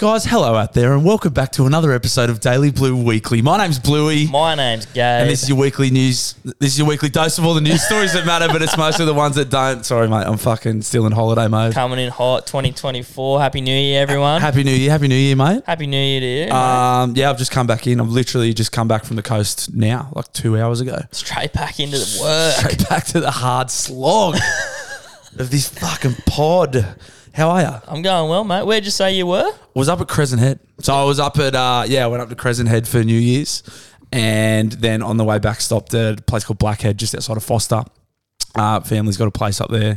Guys, hello out there, and welcome back to another episode of Daily Blue Weekly. My name's Bluey, My name's Gabe. and this is your weekly news. This is your weekly dose of all the news stories that matter, but it's mostly the ones that don't. Sorry, mate, I'm fucking still in holiday mode. coming in hot 2024. Happy New Year, everyone. Happy, Happy New Year, Happy New Year, mate. New Year to you. Um, yeah, I've just come back in. I've literally just come back from the coast now, like two hours ago. Straight back into the work. Straight back to the hard slog of this fucking pod. How are you? I'm going well, mate. Where'd you say you were? was up at Crescent Head. So I was up at uh, yeah, I went up to Crescent Head for New Year's, and then on the way back stopped at a place called Blackhead, just outside of Foster. Uh, family's got a place up there,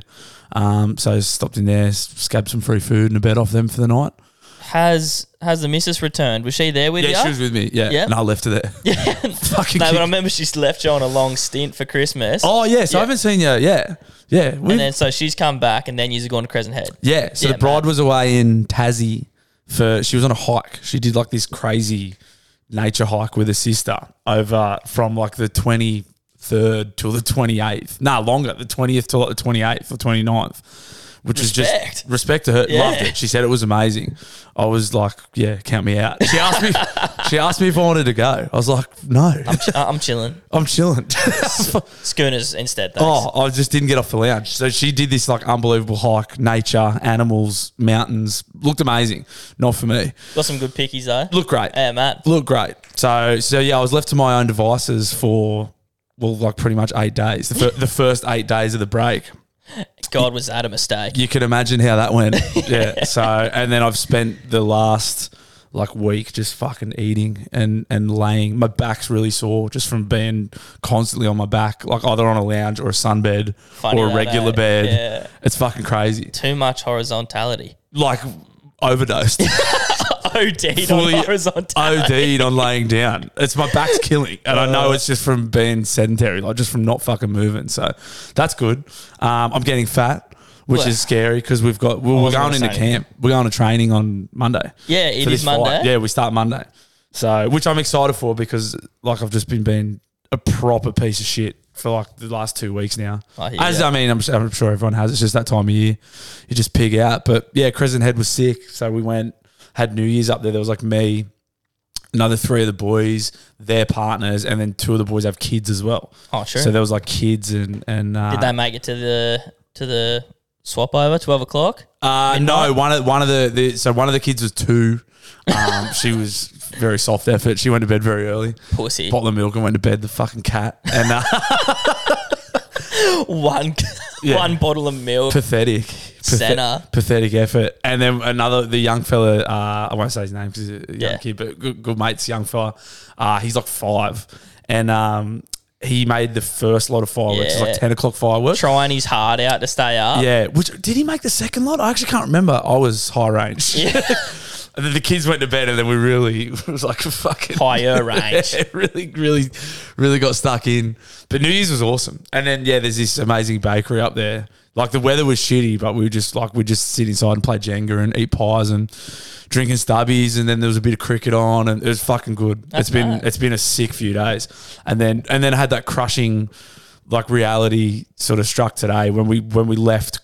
um, so stopped in there, s- scabbed some free food and a bed off them for the night. Has Has the missus returned? Was she there with Yeah, you? she was with me. Yeah, Yeah. and I left her there. Yeah, fucking. no, kid- but I remember she's left you on a long stint for Christmas. oh yeah, so I Yeah. haven't seen you. Yeah, yeah, we- And then so she's come back, and then you're going to Crescent Head. yeah. So Yeah, the bride was away in Tassie for she was on a hike. She did like this crazy nature hike with her sister over from like the 23rd till the 28th. Nah, longer, the 20th till like the 28th or 29th, which was Respect. just respect to her. Yeah. Loved it. She said it was amazing. I was like, yeah, count me out. She asked me she asked me if I wanted to go. I was like, no. I'm, I- Uh, I'm chilling. chilling. Schooners instead, thanks. Oh, I just didn't get off the lounge. So she did this like unbelievable hike, nature, animals, mountains. Looked amazing. Not for me. Got some good pickies, though. Looked great. Yeah, Matt. Looked great. So so yeah, I was left to my own devices for well, like pretty much eight days. The, fir- the first eight days of the break. God, was that a mistake? You can imagine how that went. yeah. So and then I've spent the last like week just fucking eating and and laying. My back's really sore just from being constantly on my back, like either on a lounge or a sunbed Funny or a that, regular eh? bed. Yeah. It's fucking crazy. Too much horizontality. Like overdosed, OD Fully uh, on horizontality. OD'd on laying down. It's my back's killing, and I Uh. know it's just from being sedentary, like just from not fucking moving. So that's good. Um, I'm getting fat. Which Well- is scary because we've got we're, we're wasn't going gonna into say anything. camp. We're going to training on Monday. Yeah, it for is this fight. Monday. Yeah, we start Monday. So which I'm excited for because like I've just been being a proper piece of shit for like the last two weeks now. I hear As ya. I mean, I'm, I'm sure everyone has. It's just that time of year, you just pig out. But yeah, Crescent Head was sick, so we went had New Year's up there. There was like me, another three of the boys, their partners, and then two of the boys have kids as well. Oh, sure. So there was like kids and and uh, Did they make it to the to the swap over twelve o'clock? Uh, no, one of one of the, the so one of the kids was two. Um, she was very soft effort. She went to bed very early, Pussy. bottle of milk, and went to bed. The fucking cat and uh, one one bottle of milk. pathetic, Pathe- Senna. pathetic effort. And then another, the young fella. Uh, I won't say his name because he's a young Yeah. kid, but good, good mates, young fella. Uh, he's like five, and um, he made the first lot of fireworks. It's Yeah. like ten o'clock fireworks. Trying his heart out to stay up. Yeah, which did he make the second lot? I actually can't remember. I was high range. and then the kids went to bed, and then we really it was like a fucking Higher range. Yeah, really, really, really got stuck in. But New Year's was awesome. And then yeah, there's this amazing bakery up there. Like the weather was shitty, but we were just like we just sit inside and play Jenga and eat pies and drinking stubbies. And then there was a bit of cricket on, and it was fucking good. it's been mad. it's been a sick few days. And then and then I had that crushing like reality sort of struck today when we when we left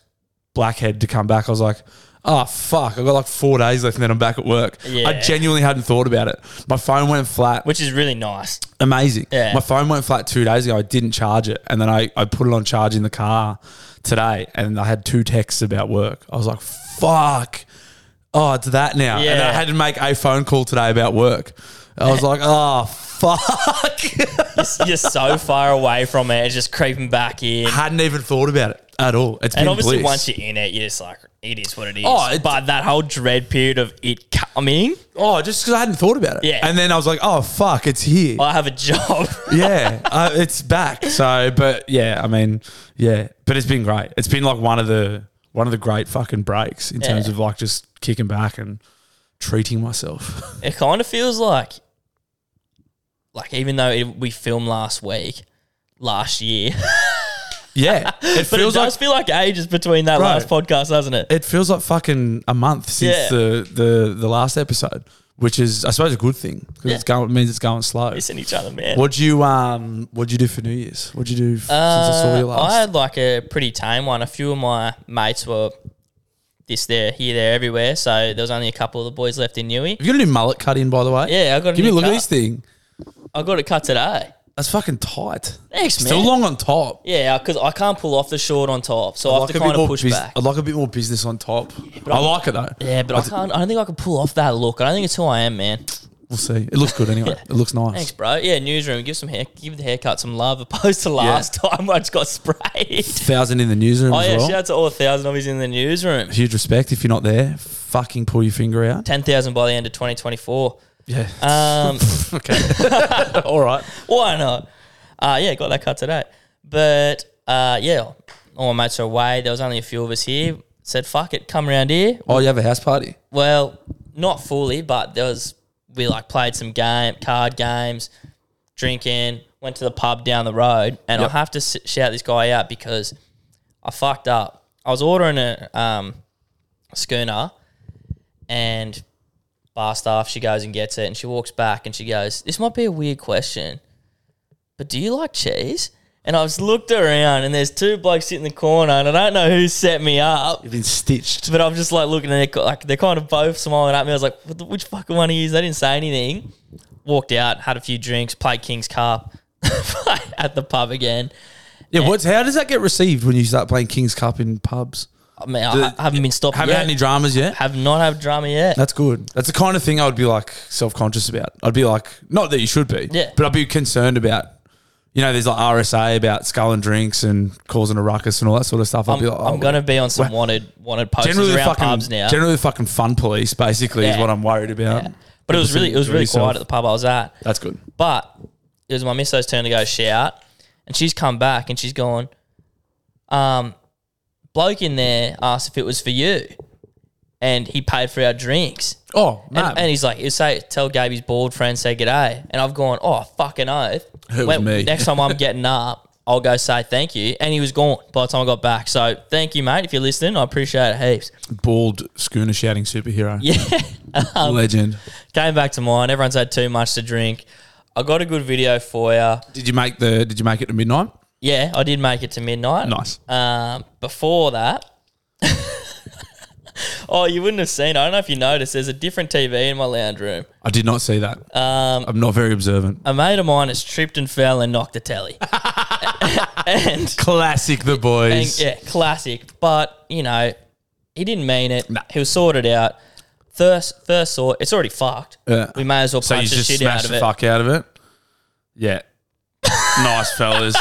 Blackhead to come back. I was like, oh fuck, I got like four days left and then I'm back at work. I Yeah. genuinely hadn't thought about it. My phone went flat. Which is really nice. Amazing. Yeah. My phone went flat two days ago. I didn't charge it. And then I, I put it on charge in the car today and I had two texts about work. I was like, fuck. Oh, it's that now. And I Yeah. had to make a phone call today about work. I was like, oh, fuck. You're so far away from it, it's just creeping back in. hadn't even thought about it at all. It's And been obviously, bliss. once you're in it, you're just like, it is what it is. Oh, it- but that whole dread period of it coming, Oh, just because I hadn't thought about it. Yeah. And then I was like, oh, fuck, it's here. I have a job. yeah, uh, it's back. So, but yeah, I mean, yeah, but it's been great. It's been like one of the one of the great fucking breaks in terms Yeah. of like just kicking back and treating myself. it kind of feels like, like even though it, we filmed last week, last year, yeah, it but feels it like does feel like ages between that Bro. last podcast, doesn't it? it feels like fucking a month since Yeah. the the the last episode, which is I suppose a good thing because it's going means it's going slow. Missing each other, man. What'd you um What'd you do for New Year's? What'd you do f- since I saw Uh, you last? I had like a pretty tame one. A few of my mates were this there, here, there, everywhere. So there was only a couple of the boys left in Newey. Have you got a new mullet cut in, by the way? Yeah, I got a Give me a new look at cut. this thing. I got it cut today. That's fucking tight. Thanks, man. Still long on top. Yeah, because I can't pull off the short on top, so I, have to bit kind more of push bus- back. I like a bit more business on top. I like it though. Yeah, but I can't. I don't think I can pull off that look. I don't think it's who I am, man. We'll see. It looks good anyway. It looks nice. Thanks, bro. Yeah, newsroom. Give some hair. Give the haircut some love. Opposed to last time, I just got sprayed. Thousand in the newsroom Oh as yeah, well. shout out to all thousand of us in the newsroom. Huge respect if you're not there. Fucking pull your finger out. Ten thousand by the end of twenty twenty four. Yeah. Um, okay. All right. why not? Uh, yeah, got that cut today. But uh, yeah, all my mates are away. There was only a few of us here. Said fuck it, come round here. Oh, you have a house party? Well, not fully, but there was we like played some game card games, drinking, went to the pub down the road, and Yep. I have to s- shout this guy out because I fucked up. I was ordering a um, schooner, and bar staff she goes and gets it, and she walks back and she goes, "This might be a weird question, but do you like cheese?" And I just looked around, and there's two blokes sitting in the corner, and I don't know who set me up. You've been stitched. But I'm just like looking at it, like they're kind of both smiling at me. I was like, what the, which fucking one are you? They didn't say anything. Walked out, had a few drinks, played King's Cup at the pub again. Yeah. What's how does that get received when you start playing King's Cup in pubs? I mean, I, I haven't been stopped Haven't yet. had any dramas yet. have not had drama yet. That's good. That's the kind of thing I would be like self conscious about. I'd be like, not that you should be, Yeah. but I'd be concerned about. You know, there's like RSA about sculling drinks and causing a ruckus and all that sort of stuff. I'd I'm, be like, oh, I'm going to be on some wanted wanted posters generally the around fucking pubs now. generally the fucking fun police basically is Yeah. what I'm worried about. but it was really it was really Yourself. quiet at the pub I was at. That's good. But it was my missus' turn to go shout, and she's come back and she's gone. Um, bloke in there asked if it was for you, and he paid for our drinks. Oh And, man, and he's like, he'll say, tell Gaby's bald friend, say g'day. And I've gone, oh, fucking oath. It was me. Next time I'm getting up, I'll go say thank you. And he was gone by the time I got back. So thank you, mate, if you're listening. I appreciate it heaps. bald schooner shouting superhero. Yeah. Um, legend. Came back to mine. Everyone's had too much to drink. I got a good video for you. Did you make the? Did you make it to midnight? Yeah, I did make it to midnight. Nice. Um, before that, oh, you wouldn't have seen. I don't know if you noticed. There's a different TV in my lounge room. I did not see that. Um, I'm not very observant. a mate of mine has tripped and fell and knocked the telly. and, Classic the and boys. yeah, classic. But you know, he didn't mean it. Nah. He was sorted out. First, first sort. It's already fucked. Yeah. We may as well So you punch the just shit out smashed of the it. fuck out of it. Yeah. nice fellas.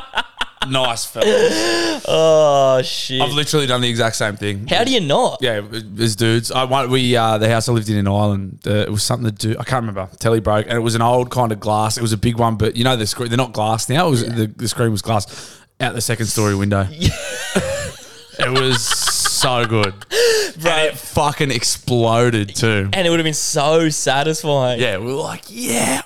nice fellas. Oh shit! I've literally done the exact same thing. How do you not? Yeah, as dudes, I want we uh, the house I lived in in Ireland. Uh, it was something to do. I can't remember. Telly broke, and it was an old kind of glass. It was a big one, but you know the screen. They're not glass now. It was the, the screen was glass out the second story window. it was so good, And it fucking exploded too. And it would have been so satisfying. Yeah, we were like, yeah,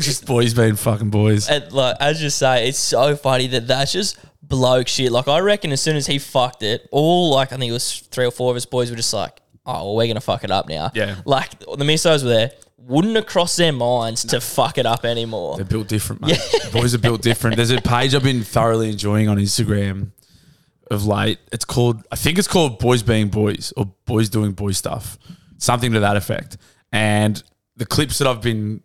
just boys being fucking boys. And like as you say, it's so funny that that's just bloke shit. Like I reckon as soon as he fucked it, all like I think it was three or four of us boys were just like, oh, well, we're gonna fuck it up now. Yeah. Like the misos were there, wouldn't have crossed their minds to fuck it up anymore. They're built different, mate. Boys are built different. There's a page I've been thoroughly enjoying on Instagram of late. It's called, I think it's called Boys Being Boys or Boys Doing Boy Stuff, something to that effect. And the clips that I've been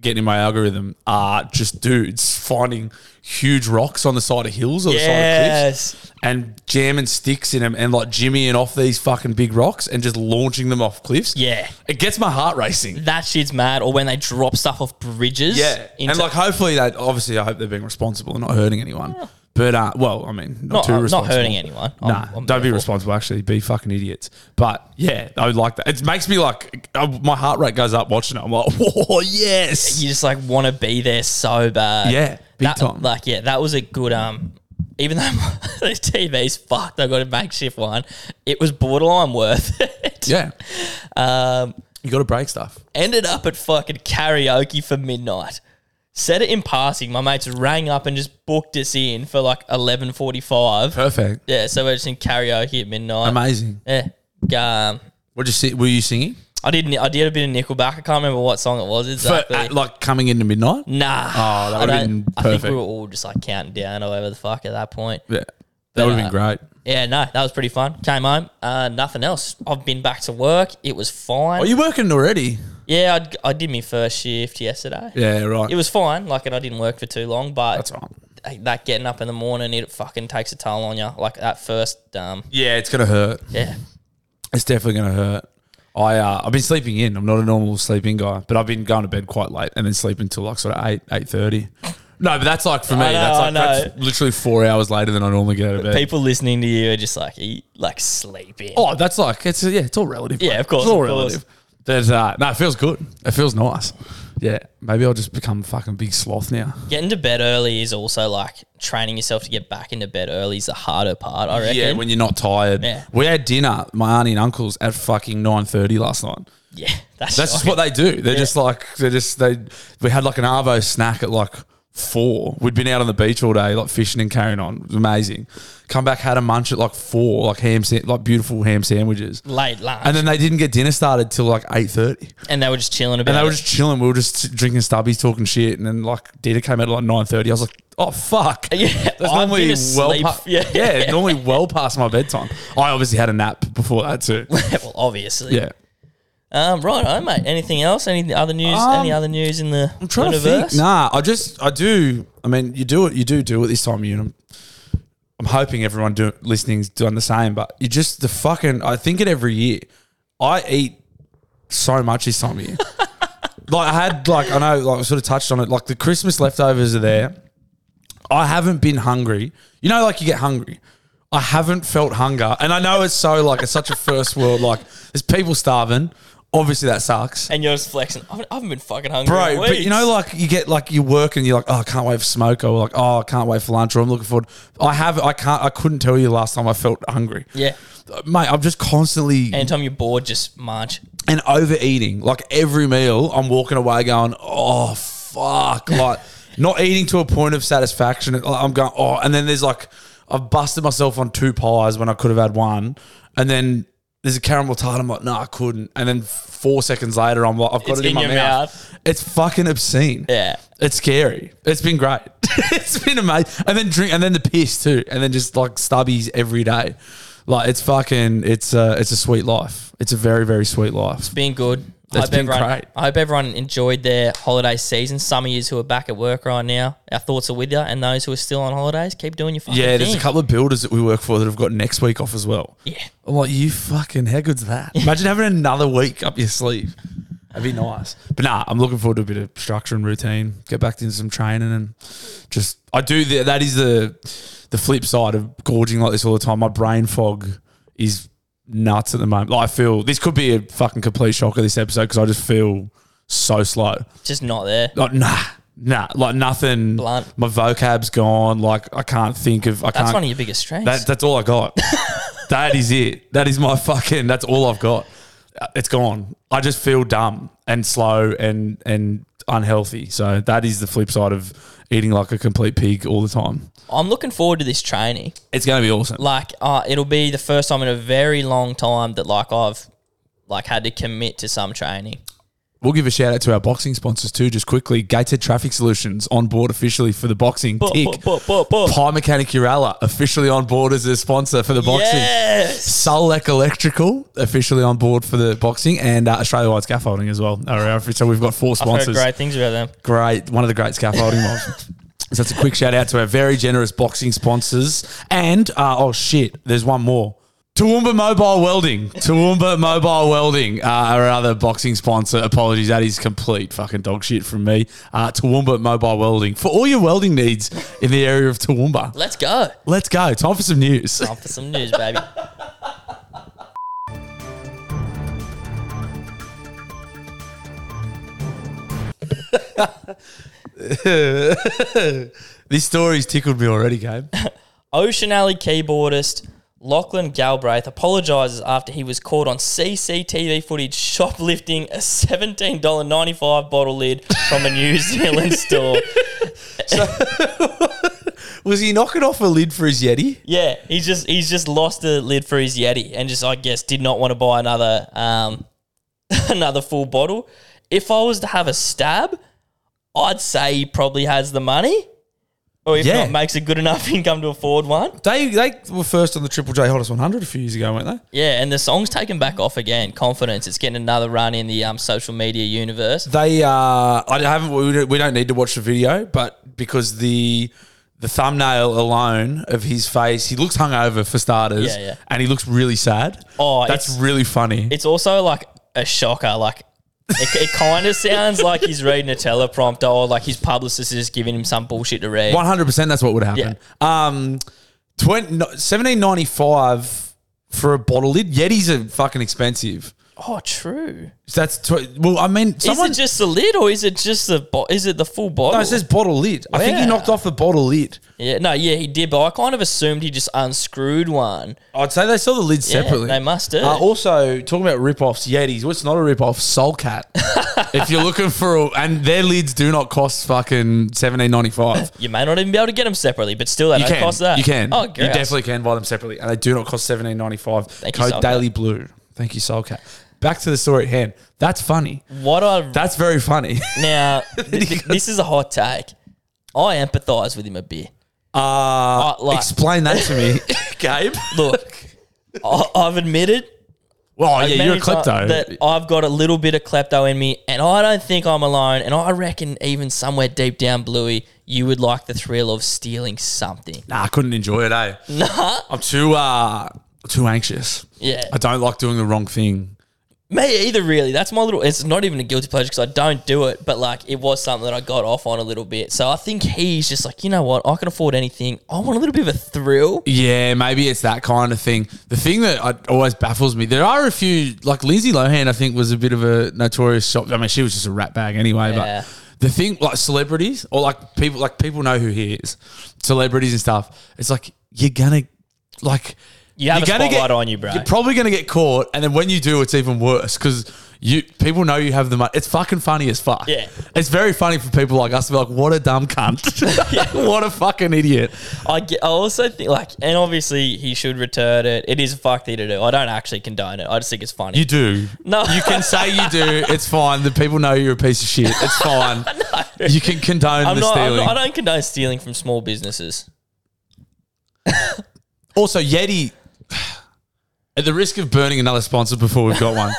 getting in my algorithm are just dudes finding huge rocks on the side of hills or the side of cliffs Yes. and jamming sticks in them and like jimmying off these fucking big rocks and just launching them off cliffs. Yeah. It gets my heart racing. That shit's mad. Or when they drop stuff off bridges. Yeah. Into, and like hopefully they obviously I hope they're being responsible and not hurting anyone. But uh well, I mean, not, not, too uh, responsible. not hurting anyone. I'm- Nah, I'm don't be careful. responsible. Actually, be fucking idiots. But yeah, I would like that. It makes me like uh, my heart rate goes up watching it. I'm like, whoa, yes, You just like want to be there so bad. yeah, big that, time. Like, yeah, that was a good. Um, even though my, the TV's fucked, I got a makeshift one. It was borderline worth it. yeah, Um, you got to break stuff. ended up at fucking karaoke for midnight. Said it in passing. My mates rang up and just booked us in for like eleven forty-five. Perfect, Yeah, so we're just in karaoke at midnight. amazing. yeah, um, What you see? Were you singing I did. I did a bit of Nickelback. I can't remember what song it was for, exactly. Mm. at, like coming into midnight? nah. Oh, that I would've don't- been I think we perfect. were all just like counting down or whatever the fuck at that point. Yeah, That But, would have been uh, great. Yeah, no, that was pretty fun. Came home, uh, nothing else. I've been back to work. It was Are fine. Oh, you working already? yeah, I'd, I did my first shift yesterday. Yeah, right. It was fine, like, and I didn't work for too long, That's but right. that getting up in the morning, it fucking takes a toll on you. Like that first, um, Yeah, it's gonna hurt. yeah, It's definitely gonna hurt. I uh, I've been sleeping in. I'm not a normal sleeping guy, but I've been going to bed quite late and then sleeping till like sort of eight eight thirty. No, but that's like for me. I know, that's I like that's literally four hours later than I normally go to bed. people listening to you are just like, eat, like sleeping. oh, that's like it's yeah, it's all relative. Yeah, mate. of course, it's all of course. relative. There's uh, no, it feels good. It feels nice. Yeah, maybe I'll just become a fucking big sloth now. Getting to bed early is also like training yourself to get back into bed early is the harder part. I reckon. Yeah, when you're not tired. Yeah. We had dinner, my auntie and uncles, at fucking nine thirty last night. yeah, that's, That's right. just what they do. They're just like they're just they. We had like an arvo snack at like four. We'd been out on the beach all day, like fishing and carrying on. It was amazing. Come back, had a munch at like four, like ham, sa- like beautiful ham sandwiches. late lunch, And then they didn't get dinner started till like eight thirty, and they were just chilling about. and they were it. just chilling. We were just drinking stubbies, talking shit, and then like dinner came out at like nine thirty. I was like, oh fuck, Yeah, that's I've normally been well, asleep. pa- Yeah. yeah, normally well past my bedtime. I obviously had a nap before that too. well, obviously. Yeah. Um, right, oh mate. Anything else? Any other news? any Um, other news in the I'm trying to universe? think. Nah, I just I do. I mean, you do it. You do do it this time of year. and I'm, I'm hoping everyone do, listening's doing the same. But you just the fucking. I think it every year. I eat so much this time of year. like I had like I know like I sort of touched on it. Like the Christmas leftovers are there. I haven't been hungry. You know, like you get hungry. I haven't felt hunger, and I know it's so like it's such a first world. Like there's people starving. Obviously, that sucks And you're just flexing. I haven't- I haven't been fucking hungry, bro. in But you weeks. know, like you get like you work and you're like, oh, I can't wait for smoke, or like, oh, I can't wait for lunch, or I'm looking forward. I have, I can't, I couldn't tell you last time I felt hungry. yeah. Mate, I'm just constantly Anytime you're bored, just march. and overeating. Like every meal, I'm walking away going, oh fuck, like not eating to a point of satisfaction. Like, I'm going, oh, and then there's like I've busted myself on two pies when I could have had one, and then. There's a caramel tart. I'm like, no, I couldn't. And then four seconds later, I'm like, I've got It's it in, in my your mouth. It's fucking obscene. Yeah. It's scary. It's been great. it's been amazing. And then drink, and then the piss too, and then just like stubbies every day. Like it's fucking. It's a. It's a sweet life. It's a very very sweet life. Been good. I That's hope been everyone, great. I hope everyone enjoyed their holiday season. Some of you who are back at work right now, our thoughts are with you. And those who are still on holidays, keep doing your fucking Yeah. There's thing. a couple of builders that we work for that have got next week off as well. yeah. I'm like, you fucking. How good's that? Imagine having another week up your sleeve. That'd be nice. But nah, I'm looking forward to a bit of structure and routine. Get back into some training and just. I do. The, that is the the flip side of gorging like this all the time. My brain fog is nuts at the moment. Like I feel this could be a fucking complete shocker this episode because I just feel so slow. Just not there. Like nah, nah, like nothing. Blunt. My vocab's gone. Like I can't think of. I That's can't. one of your biggest strengths. That, that's all I got. that is it. That is my fucking. That's all I've got. Uh, It's gone. I just feel dumb and slow and and unhealthy. So that is the flip side of eating like a complete pig all the time. I'm looking forward to this training. It's gonna be awesome. Like, uh, it'll be the first time in a very long time that like I've like had to commit to some training. We'll give a shout out to our boxing sponsors too, just quickly. Gated Traffic Solutions on board officially for the boxing. Tick. Buh, buh, buh, buh, buh. Pie Mechanic Urala officially on board as a sponsor for the boxing. Yes. Sulek Electrical officially on board for the boxing and uh, Australia Wide Scaffolding as well. All right, so we've got four I've heard sponsors. great things about them. Great, one of the great scaffolding mobs. So that's a quick shout out to our very generous boxing sponsors. And uh, oh shit, there's one more. Toowoomba Mobile Welding. Toowoomba Mobile Welding, uh, our other boxing sponsor. Apologies, that is complete fucking dog shit from me. Uh, Toowoomba Mobile Welding for all your welding needs in the area of Toowoomba. Let's go. Let's go. Time for some news. Time for some news, baby. This story's tickled me already, Gabe. Ocean Alley keyboardist Lachlan Galbraith apologises after he was caught on CCTV footage shoplifting a $17.95 bottle lid from a New Zealand store. Was he knocking off a lid for his Yeti? Yeah, he's just he's just lost the lid for his Yeti and just I guess did not want to buy another um another full bottle. If I was to have a stab, I'd say he probably has the money, Or if Yeah. not, makes a good enough income to afford one. They they were first on the Triple J Hottest 100 a few years ago, weren't they? Yeah, and the song's taken back off again. Confidence. It's getting another run in the um, social media universe. They uh, I haven't. We don't- we don't need to watch the video, but because the the thumbnail alone of his face, he looks hungover for starters, Yeah, yeah. and he looks really sad. Oh, that's it's- really funny. It's also like a shocker. Like it, it kind of sounds like he's reading a teleprompter or like his publicist is giving him some bullshit to read. One hundred percent. That's what would happen. Um, 20, no- 1795 for a bottle lid. Yetis are fucking expensive. Oh, true. So that's tw- well. I mean, someone is it just the lid or is it just the bo- is it the full bottle? no, it says bottle lid. I think he Wow. knocked off the bottle lid. yeah, no, yeah, he did, but I kind of assumed he just unscrewed one. I'd say they sell the lid Yeah, separately. they must do. Uh, also, talking about rip-offs, Yetis. What's not a rip-off? Soulcat. if you're looking for, a, and their lids do not cost fucking seventeen ninety five. you may not even be able to get them separately, but still, that You don't can, cost that. you can. Oh, you great. definitely can buy them separately, and they do not cost seventeen ninety five. Thank you, Code Soulcat. Daily Blue. Thank you, Soulcat. Back to the story at hand. That's funny. What I That's very funny. now, th- th- this is a hot take. I empathise with him a bit. Uh, like- explain that to me, Gabe. Look, I, I've admitted Well, oh, yeah, many you're a times klepto. That I've got a little bit of klepto in me, and I don't think I'm alone. And I reckon even somewhere deep down, Bluey, you would like the thrill of stealing something. Nah, I couldn't enjoy it, eh? Nah. I'm too uh too anxious. Yeah. I don't like doing the wrong thing. Me either, really. That's my little. It's not even a guilty pleasure because I don't do it, but like it was something that I got off on a little bit. So I think he's just like, you know what? I can afford anything. I want a little bit of a thrill. Yeah, maybe it's that kind of thing. The thing that I, always baffles me, there are a few like Lindsay Lohan. I think was a bit of a notorious shop. I mean, she was just a rat bag anyway. Yeah. But the thing, like celebrities or like people, like people know who he is, celebrities and stuff. It's like you're gonna like You have you're a gonna get- spotlight on you, bro. You're probably gonna get caught, and then when you do, it's even worse because you people know you have the money. It's fucking funny as fuck. Yeah. it's very funny for people like us to be like, "What a dumb cunt! what a fucking idiot!" I, get, I also think like, and obviously he should return it. It is a fuck thing to do. I don't actually condone it. I just think it's funny. You do. no, You can say you do. It's fine. The people know you're a piece of shit. It's fine. You can condone I'm the not, I'm stealing. not. I don't condone stealing from small businesses. also, Yeti. At the risk of burning another sponsor before we've got one,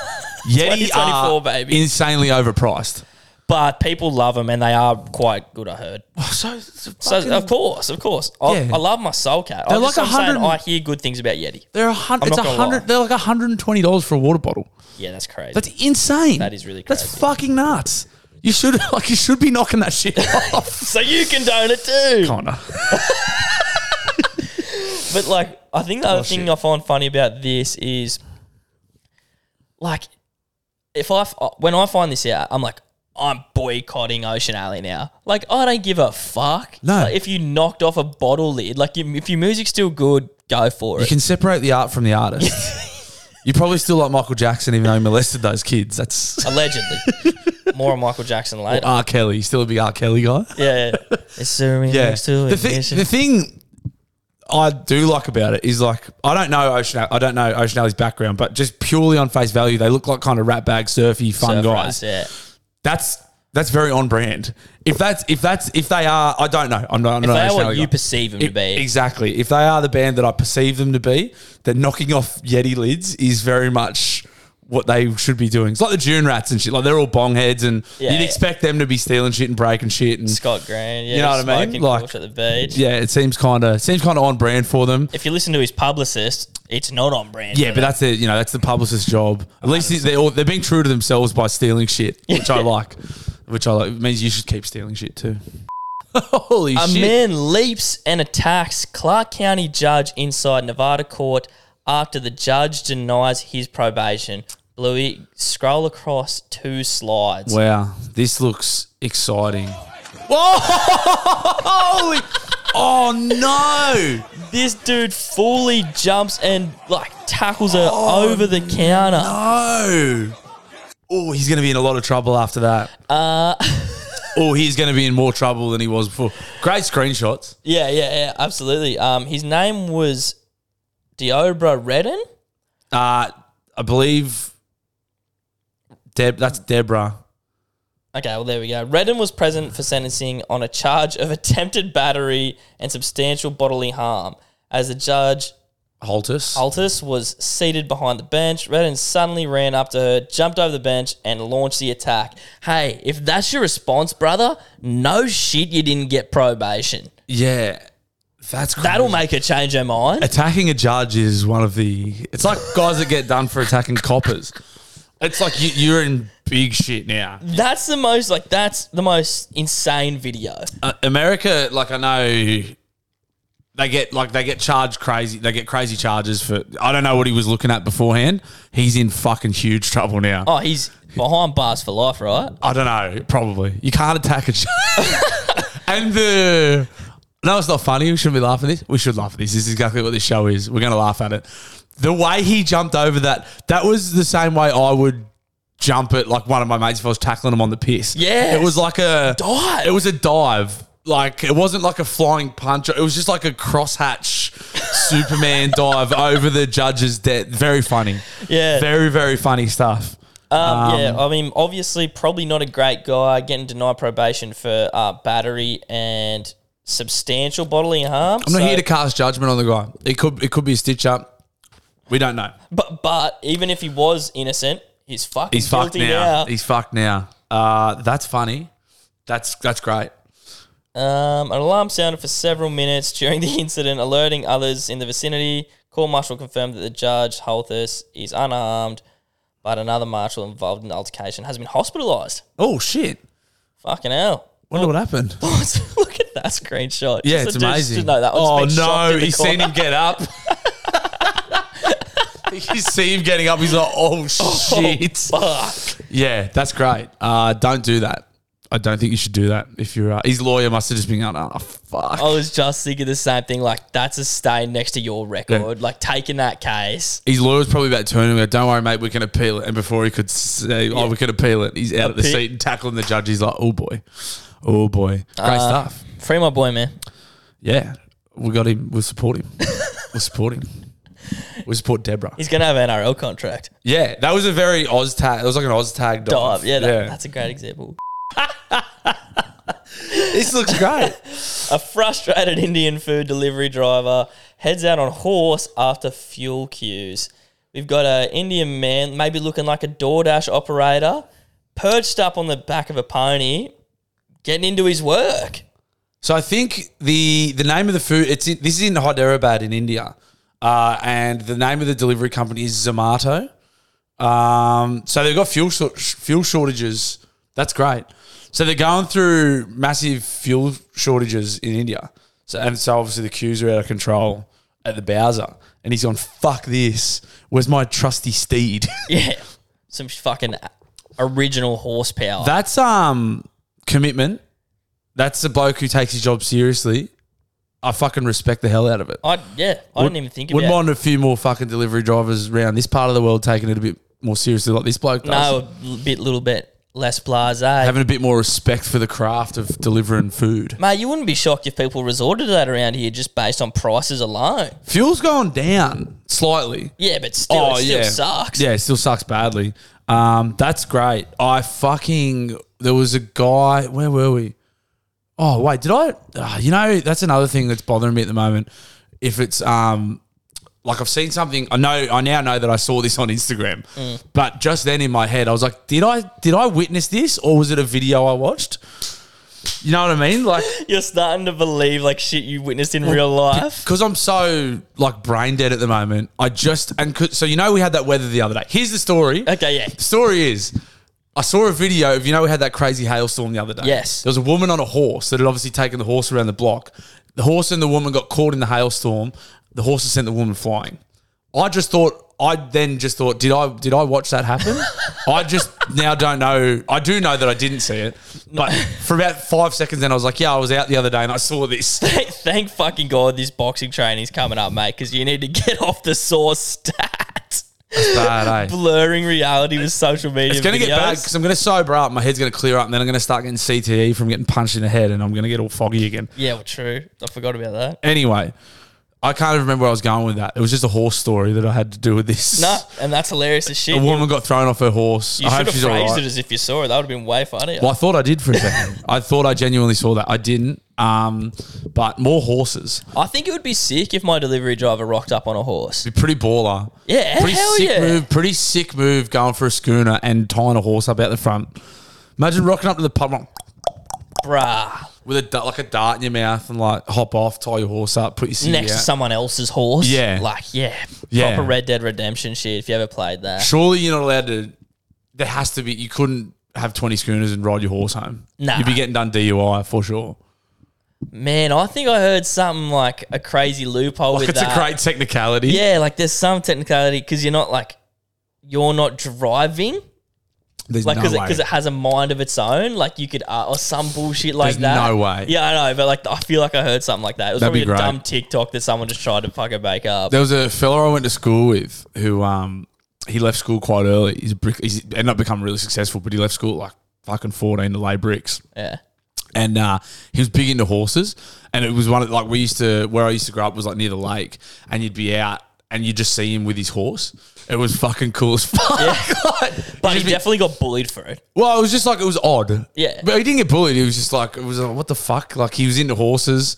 Yeti 2024, are baby. insanely overpriced. But people love them and they are quite good. I heard. So, Oh, So of course, of course, I, Yeah. I love my soul cat. They're I'm just- like I'm saying 100 I hear good things about Yeti. They're a hundred. It's a not gonna hundred. lie. They're like hundred and twenty dollars for a water bottle. Yeah, that's crazy. That's insane. That is really That's crazy. fucking nuts. You should like you should be knocking that shit off, so you condone it too. Connor. But like, I think the other thing shit. I find funny about this is, like, if I f- uh, when I find this out, I'm like, I'm boycotting Ocean Alley now. Like, I don't give a fuck. No. Like, if you knocked off a bottle lid, like, you, if your music's still good, go for You it. can separate the art from the artist. you probably still like Michael Jackson, even though he molested those kids. That's Allegedly, more on Michael Jackson later. R. Kelly. You still a big R. Kelly guy. yeah, yeah. assuming Yeah. next to The, thi- ignition. the thing I do like about it is like I don't know Ocean. I don't know Ocean Alley's background, but just purely on face value, they look like kind of rat bag, surfy, fun Surf guys. rats, yeah. That's that's very on brand. If that's if that's if they are, I don't know. I'm not. I'm If not they an are Ocean what Alley you guy. perceive them to If- be. Exactly. If they are the band that I perceive them to be, then knocking off Yeti lids is very much what they should be doing. It's like the June Rats and shit. Like they're all bong heads, and Yeah, you'd yeah. expect them to be stealing shit and breaking shit. And Scott Green, yeah, You know what I mean? smoking Like- Kush at the beach. yeah, it seems kind of seems kind of on brand for them. If you listen to his publicist, it's not on brand. Yeah, for but them. that's the you know that's the publicist's job. At least they're all, they're being true to themselves by stealing shit, which I like. Which I like it means you should keep stealing shit too. Holy A shit! man leaps and attacks Clark County judge inside Nevada court after the judge denies his probation. Bluey, scroll across two slides. Wow, this looks exciting. Whoa! Holy! Oh no! This dude fully jumps and like tackles her Oh, over the counter. No! Oh, he's going to be in a lot of trouble after that. Uh. oh, he's going to be in more trouble than he was before. Great screenshots. Yeah, yeah, yeah, absolutely. Um, his name was Deobra Redden. Uh, I believe Deb. That's Deborah. Okay, well, there we go. Redden was present for sentencing on a charge of attempted battery and substantial bodily harm. As the judge, Holtus. Altus, was seated behind the bench, Redden suddenly ran up to her, jumped over the bench, and launched the attack. Hey, if that's your response, brother, no shit you didn't get probation. yeah, that's crazy. That'll make her change her mind. attacking a judge is one of the. It's like guys that get done for attacking coppers. It's like you, you're in big shit now. That's the most, like, that's the most insane video. Uh, America, like I know, they get like they get charged crazy. They get crazy charges for. I don't know what he was looking at beforehand. He's in fucking huge trouble now. Oh, he's behind bars for life, right? I don't know. Probably you can't attack a judge. and the no, it's not funny. We shouldn't be laughing at this. We should laugh at this. This is exactly what this show is. We're going to laugh at it. The way he jumped over that, that was the same way I would jump at like one of my mates if I was tackling him on the piss. Yes. It was like a Dive. It was a dive. Like it wasn't like a flying punch. It was just like a crosshatch Superman dive over the judge's debt. Very funny. Yeah. Very, very funny stuff. Um, yeah, I mean, obviously, probably not a great guy getting denied probation for uh, battery and substantial bodily harm. I'm not so- here to cast judgment on the guy. It could it could be a stitch up. We don't know. but, but even if he was innocent, he's fucking He's fucked guilty now. now. He's fucked now. Uh, that's funny. That's that's great. Um, an alarm sounded for several minutes during the incident, alerting others in the vicinity. Court martial confirmed that the judge Holthus is unarmed, but another marshal involved in the altercation has been hospitalised. Oh shit! Fucking hell! Wonder what happened. Look at that screenshot. Yeah, Just it's a dude- amazing. just know that one's oh been shocked no! in the He's seen corner. him get up. you see him getting up. He's like, oh shit! Fuck. Yeah, that's great. Uh, don't do that. I don't think you should do that. If you're uh, his lawyer, must have just been going, oh fuck. I was just thinking the same thing. Like, that's a stain next to your record. Like, taking that case. His lawyer was probably about to turn him. and go, Don't worry, mate. We can appeal it. And before he could say, "Oh, we can appeal it," he's out of the Appeal. seat and tackling the judge. He's like, "Oh boy, oh boy, great stuff." Free my boy, man. Yeah, we got him. We'll support him. we'll support him. We support Deborah. He's going to have an NRL contract. Yeah, that was a very Oz tag. It was like an Oz tag dive. Dive. Yeah, that, that's a great example. this looks great. A frustrated Indian food delivery driver heads out on horse after fuel queues. We've got an Indian man, maybe looking like a DoorDash operator, perched up on the back of a pony, getting into his work. So I think the the name of the food it's in, this is in Hyderabad in India, uh, and the name of the delivery company is Zomato. Um, so they've got fuel shor- fuel shortages. That's great. So they're going through massive fuel shortages in India. So and so obviously the queues are out of control at the Bowser, and he's gone. Fuck this. Where's my trusty steed? Yeah. Some fucking original horsepower. That's um commitment. That's a bloke who takes his job seriously. I fucking respect the hell out of it. I yeah, I didn't even think about. Wouldn't mind a few more fucking delivery drivers around this part of the world taking it a bit more seriously, like this bloke does. no, a l- bit, little bit less blase. Having a bit more respect for the craft of delivering food. Mate, you wouldn't be shocked if people resorted to that around here just based on prices alone. Fuel's gone down slightly. Yeah, but still, it still sucks. Oh, Yeah, it still sucks badly. Um, that's great. I fucking there was a guy. Where were we? Oh wait, did I? ah, you know, that's another thing that's bothering me at the moment. If it's um, like I've seen something, I know I now know that I saw this on Instagram, Mm. but just then in my head, I was like, did I did I witness this or was it a video I watched? You know what I mean? Like You're starting to believe like shit you witnessed in real life. because I'm so like brain dead at the moment. I just and 'cause- so you know we had that weather the other day. Here's the story. Okay, yeah. Story is, I saw a video of you know we had that crazy hailstorm the other day. Yes. there was a woman on a horse that had obviously taken the horse around the block. The horse and the woman got caught in the hailstorm. The horse has sent the woman flying. I just thought. I then just thought, did I did I watch that happen? I just now don't know. I do know that I didn't see it, but for about five seconds, then I was like, yeah, I was out the other day and I saw this. Thank, thank fucking God this boxing training's coming up, mate, because you need to get off the source stat. Bad, eh? Blurring reality with social media. It's going to get bad videos. because I'm going to sober up. My head's going to clear up, and then I'm going to start getting CTE from getting punched in the head, and I'm going to get all foggy again. Yeah, well, true. I forgot about that. Anyway, I can't even remember where I was going with that. It was just a horse story that I had to do with this. No, and that's hilarious as shit. A woman got thrown off her horse. You I should hope have she's phrased all right. it as if you saw it. That would have been way funnier. Well, I thought I did for a second. I thought I genuinely saw that. I didn't. Um, but more horses. I think it would be sick if my delivery driver rocked up on a horse. Be pretty baller. Yeah, Pretty hell sick yeah. move. Pretty sick move going for a schooner and tying a horse up out the front. Imagine rocking up to the pub like, Bruh. with a da- like a dart in your mouth and like hop off, tie your horse up, put your seat Next out. to someone else's horse. Yeah. Like, yeah. Yeah. Proper Red Dead Redemption shit if you ever played that. Surely you're not allowed to. There has to be. You couldn't have 20 schooners and ride your horse home. Nah. You'd be getting done DUI for sure. Man, I think I heard something like a crazy loophole Like with it's that. a great technicality. yeah, like there's some technicality because you're not like, you're not driving. There's Like, no because way. it, has a mind of its own. Like, you could, uh, or some bullshit like There's that. no way. Yeah, I know, but like, I feel like I heard something like that. It was That'd be probably a great. dumb TikTok that someone just tried to fucking make up. There was a fella I went to school with who um he left school quite early. He's a brick. He's ended up becoming really successful, but he left school at like fucking fourteen to lay bricks. Yeah. And uh, he was big into horses, and it was one of like we used to where I used to grow up was like near the lake, and you'd be out and you'd just see him with his horse. It was fucking cool as fuck. Like, But you'd he be- definitely got bullied for it. well, it was just like it was odd. Yeah. but he didn't get bullied. He was just like it was like, what the fuck. Like he was into horses,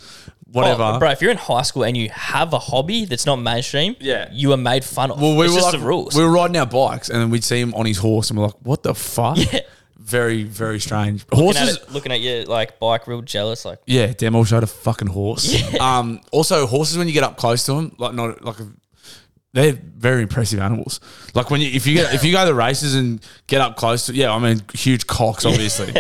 Oh, whatever. bro, if you're in high school and you have a hobby that's not mainstream, Yeah. you are made fun of. Well, we it's were just like, the rules. We were riding our bikes, and then we'd see him on his horse, and we're like, "What the fuck?" Yeah. Very, very strange. looking, Horses, at it, looking at you like bike, real jealous. Like, yeah. Demo showed a fucking horse. Um. Also, horses when you get up close to them, like not like, they're very impressive animals. Like when you if you get if you go to races and get up close to, yeah, I mean huge cocks, obviously.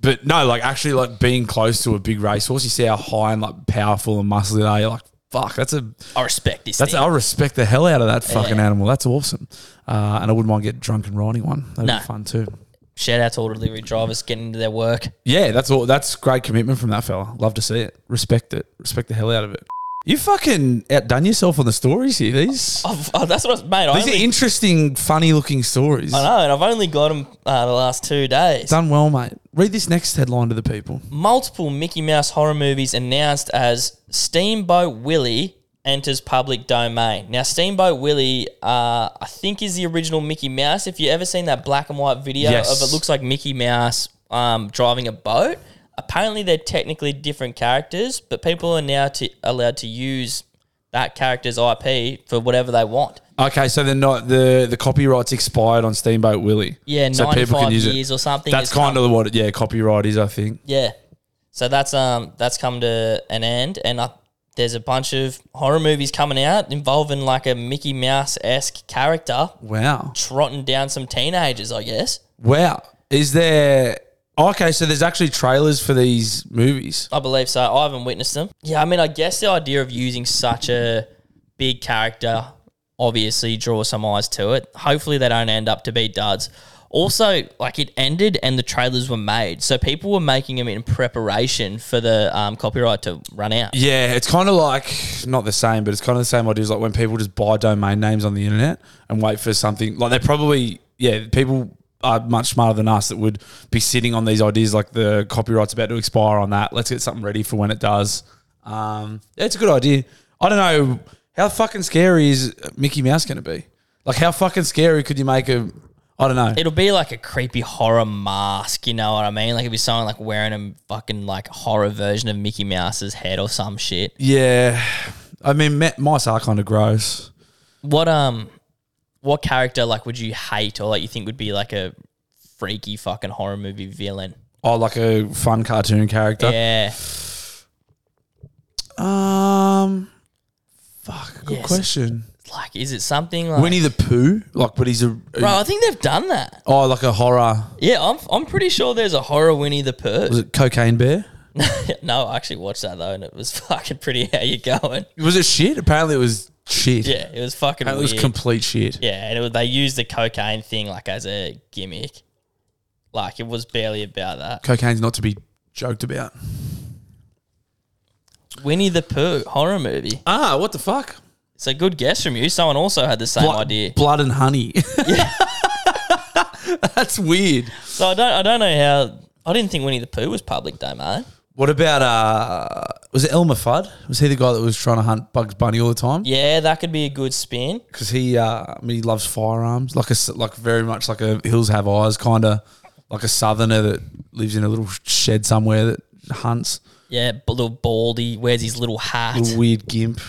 But no, like actually, like being close to a big racehorse, you see how high and like powerful and muscly they are. You're like, fuck, that's a I respect this. that's thing. I respect the hell out of that fucking Yeah. animal. That's awesome, uh, and I wouldn't mind getting drunk and riding one. That'd Nah. be fun too. Shout out to all delivery drivers getting into their work. Yeah, that's all. That's great commitment from that fella. Love to see it. Respect it. Respect the hell out of it. You fucking outdone yourself on the stories here. These I've, oh, that's what I, mate. I, these only, are interesting, funny looking stories. I know, and I've only got them uh, the last two days. Done well, mate. Read this next headline to the people. Multiple Mickey Mouse horror movies announced as Steamboat Willie enters public domain. Now, Steamboat Willie, uh, I think, is the original Mickey Mouse. If you ever seen that black and white video Yes. of it looks like Mickey Mouse um, driving a boat, apparently they're technically different characters, but people are now to, allowed to use that character's IP for whatever they want. Okay, so they're not the the copyrights expired on Steamboat Willie. Yeah, so 95 years or something. That's is kind of what yeah copyright is. I think. Yeah. So that's um that's come to an end, and I, there's a bunch of horror movies coming out involving like a Mickey Mouse esque character Wow. trotting down some teenagers. I guess Wow. Is there okay? So there's actually trailers for these movies. I believe so. I haven't witnessed them. Yeah, I mean, I guess the idea of using such a big character obviously draws some eyes to it. Hopefully, they don't end up to be duds. Also, like it ended and the trailers were made, so people were making them in preparation for the um, copyright to run out. Yeah, it's kind of like not the same, but it's kind of the same idea as like when people just buy domain names on the internet and wait for something. Like they're probably yeah, people are much smarter than us that would be sitting on these ideas like the copyright's about to expire on that. Let's get something ready for when it does. Um, yeah, it's a good idea. I don't know how fucking scary is Mickey Mouse going to be. Like how fucking scary could you make a? I don't know. It'll be like a creepy horror mask, you know what I mean? Like it'd be someone like wearing a fucking like horror version of Mickey Mouse's head or some shit. Yeah, I mean, ma- mice are kind of gross. What um, what character like would you hate or like you think would be like a freaky fucking horror movie villain? Oh, like a fun cartoon character. Yeah, Um, fuck. Good Yes. question. like is it something like? Winnie the Pooh, like, but he's a, Bro, I think they've done that. oh, like a horror. Yeah, I'm, I'm pretty sure there's a horror Winnie the Was Pooh. it Cocaine Bear? no, I actually watched that though, and it was fucking pretty. How you going? Was it shit? Apparently, it was shit. Yeah, it was fucking. Apparently weird. it was complete shit. Yeah, and it was, they used the cocaine thing like as a gimmick. Like it was barely about that. Cocaine's not to be joked about. Winnie the Pooh horror movie. Ah, what the fuck? It's a good guess from you. Someone also had the same Blood, idea. blood and honey. That's weird. So I don't I don't know how I didn't think Winnie the Pooh was public domain. What about uh was it Elmer Fudd? Was he the guy that was trying to hunt Bugs Bunny all the time? Yeah, that could be a good spin. Because he uh I mean, he loves firearms, like a s- like very much like a Hills Have Eyes kind of like a southerner that lives in a little shed somewhere that hunts. Yeah, b- little baldy wears his little hat, Little weird gimp.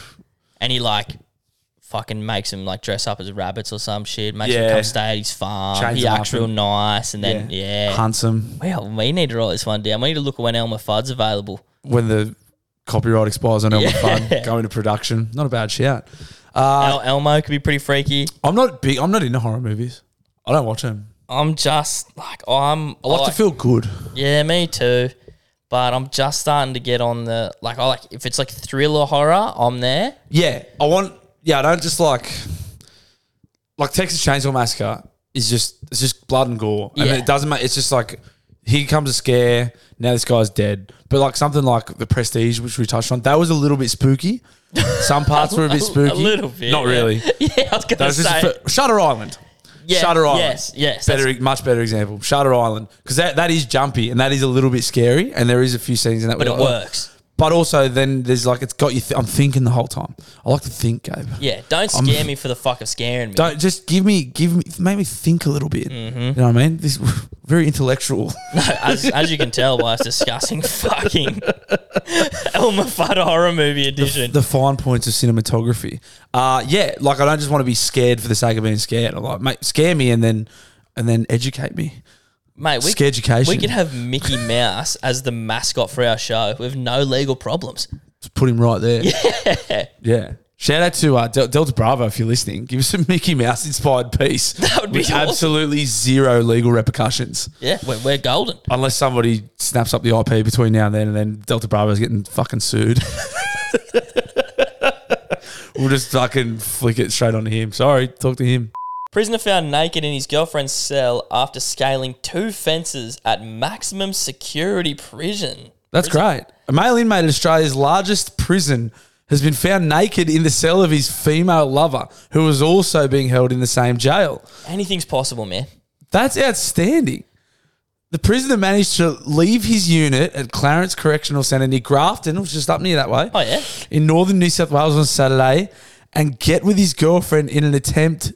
and he like fucking makes him like dress up as rabbits or some shit. Makes him Yeah. come stay at his farm. Chains he him acts up real and- nice, and then yeah. Hunts him Well, we need to write this one down. We need to look at when Elmer Fudd's available. when the copyright expires on Elmer Fudd, go into production. Not a bad shout. Uh, El- Elmo could be pretty freaky. I'm not big I'm not into horror movies. I don't watch them. I'm just like oh, I'm. I like to feel good. Yeah, me too. But I'm just starting to get on the like. I like if it's like thriller horror, I'm there. Yeah, I want. Yeah, I don't just like like Texas Chainsaw Massacre is just it's just blood and gore, and Yeah. it doesn't matter. It's just like here comes a scare. Now this guy's dead. But like something like the Prestige, which we touched on, that was a little bit spooky. Some parts were a bit spooky, A little bit. not yeah. really. Yeah, I was That gonna was just say. for- Shutter Island. yeah, Shutter Island. Yes, yes. that's- Better, much better example. Shutter Island, because that, that is jumpy and that is a little bit scary, and there is a few scenes in that. but we- it works. But also, then there's like it's got you. Th- I'm thinking the whole time. I like to think, Gabe. Yeah, don't scare me for the fuck of scaring me. Don't just give me, give me, make me think a little bit. Mm-hmm. You know what I mean? This very intellectual. as, as you can tell by us discussing fucking Elmer Fudd horror movie edition. the fine points of cinematography. Uh yeah, like I don't just want to be scared for the sake of being scared. I'm like, mate, scare me and then and then educate me. Mate, we, Scareducation. we could have Mickey Mouse as the mascot for our show with no legal problems. Just put him right there. Yeah. Shout out to uh, Del- Delta Bravo if you're listening. Give us a Mickey Mouse inspired piece. That would be with awesome. absolutely zero legal repercussions. Yeah, we're, we're golden. Unless somebody snaps up the IP between now and then, and then Delta Bravo's getting fucking sued. we'll just fucking flick it straight onto him. Sorry, talk to him. Prisoner found naked in his girlfriend's cell after scaling two fences at maximum security prison. That's great. A male inmate at Australia's largest prison has been found naked in the cell of his female lover, who was also being held in the same jail. Anything's possible, man. That's outstanding. The prisoner managed to leave his unit at Clarence Correctional Centre near Grafton, which is just up near that way. Oh, yeah. in northern New South Wales on Saturday and get with his girlfriend in an attempt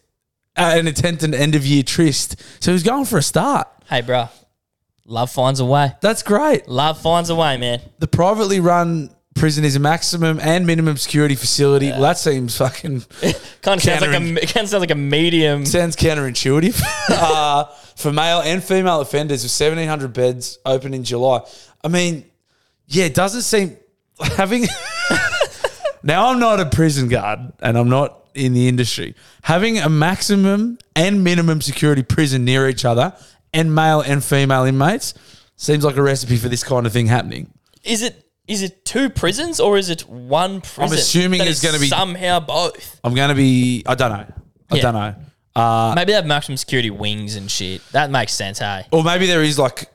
uh, an attempt an end of year tryst. So he's going for a start. Hey, bruh. Love finds a way. That's great. Love finds a way, man. The privately run prison is a maximum and minimum security facility. Well, that seems fucking Kind of sounds like a kind of sounds like a medium. sounds counterintuitive. uh, for male and female offenders with 1700 beds open in July. I mean, yeah, it doesn't seem having Now I'm not a prison guard and I'm not in the industry. Having a maximum and minimum security prison near each other and male and female inmates seems like a recipe for this kind of thing happening. Is it is it two prisons or is it one prison? assuming that it's is gonna be- somehow both. I'm going to be I don't know. I Yeah. don't know. Uh, Maybe they have maximum security wings and shit. That makes sense. Hey, or maybe there is like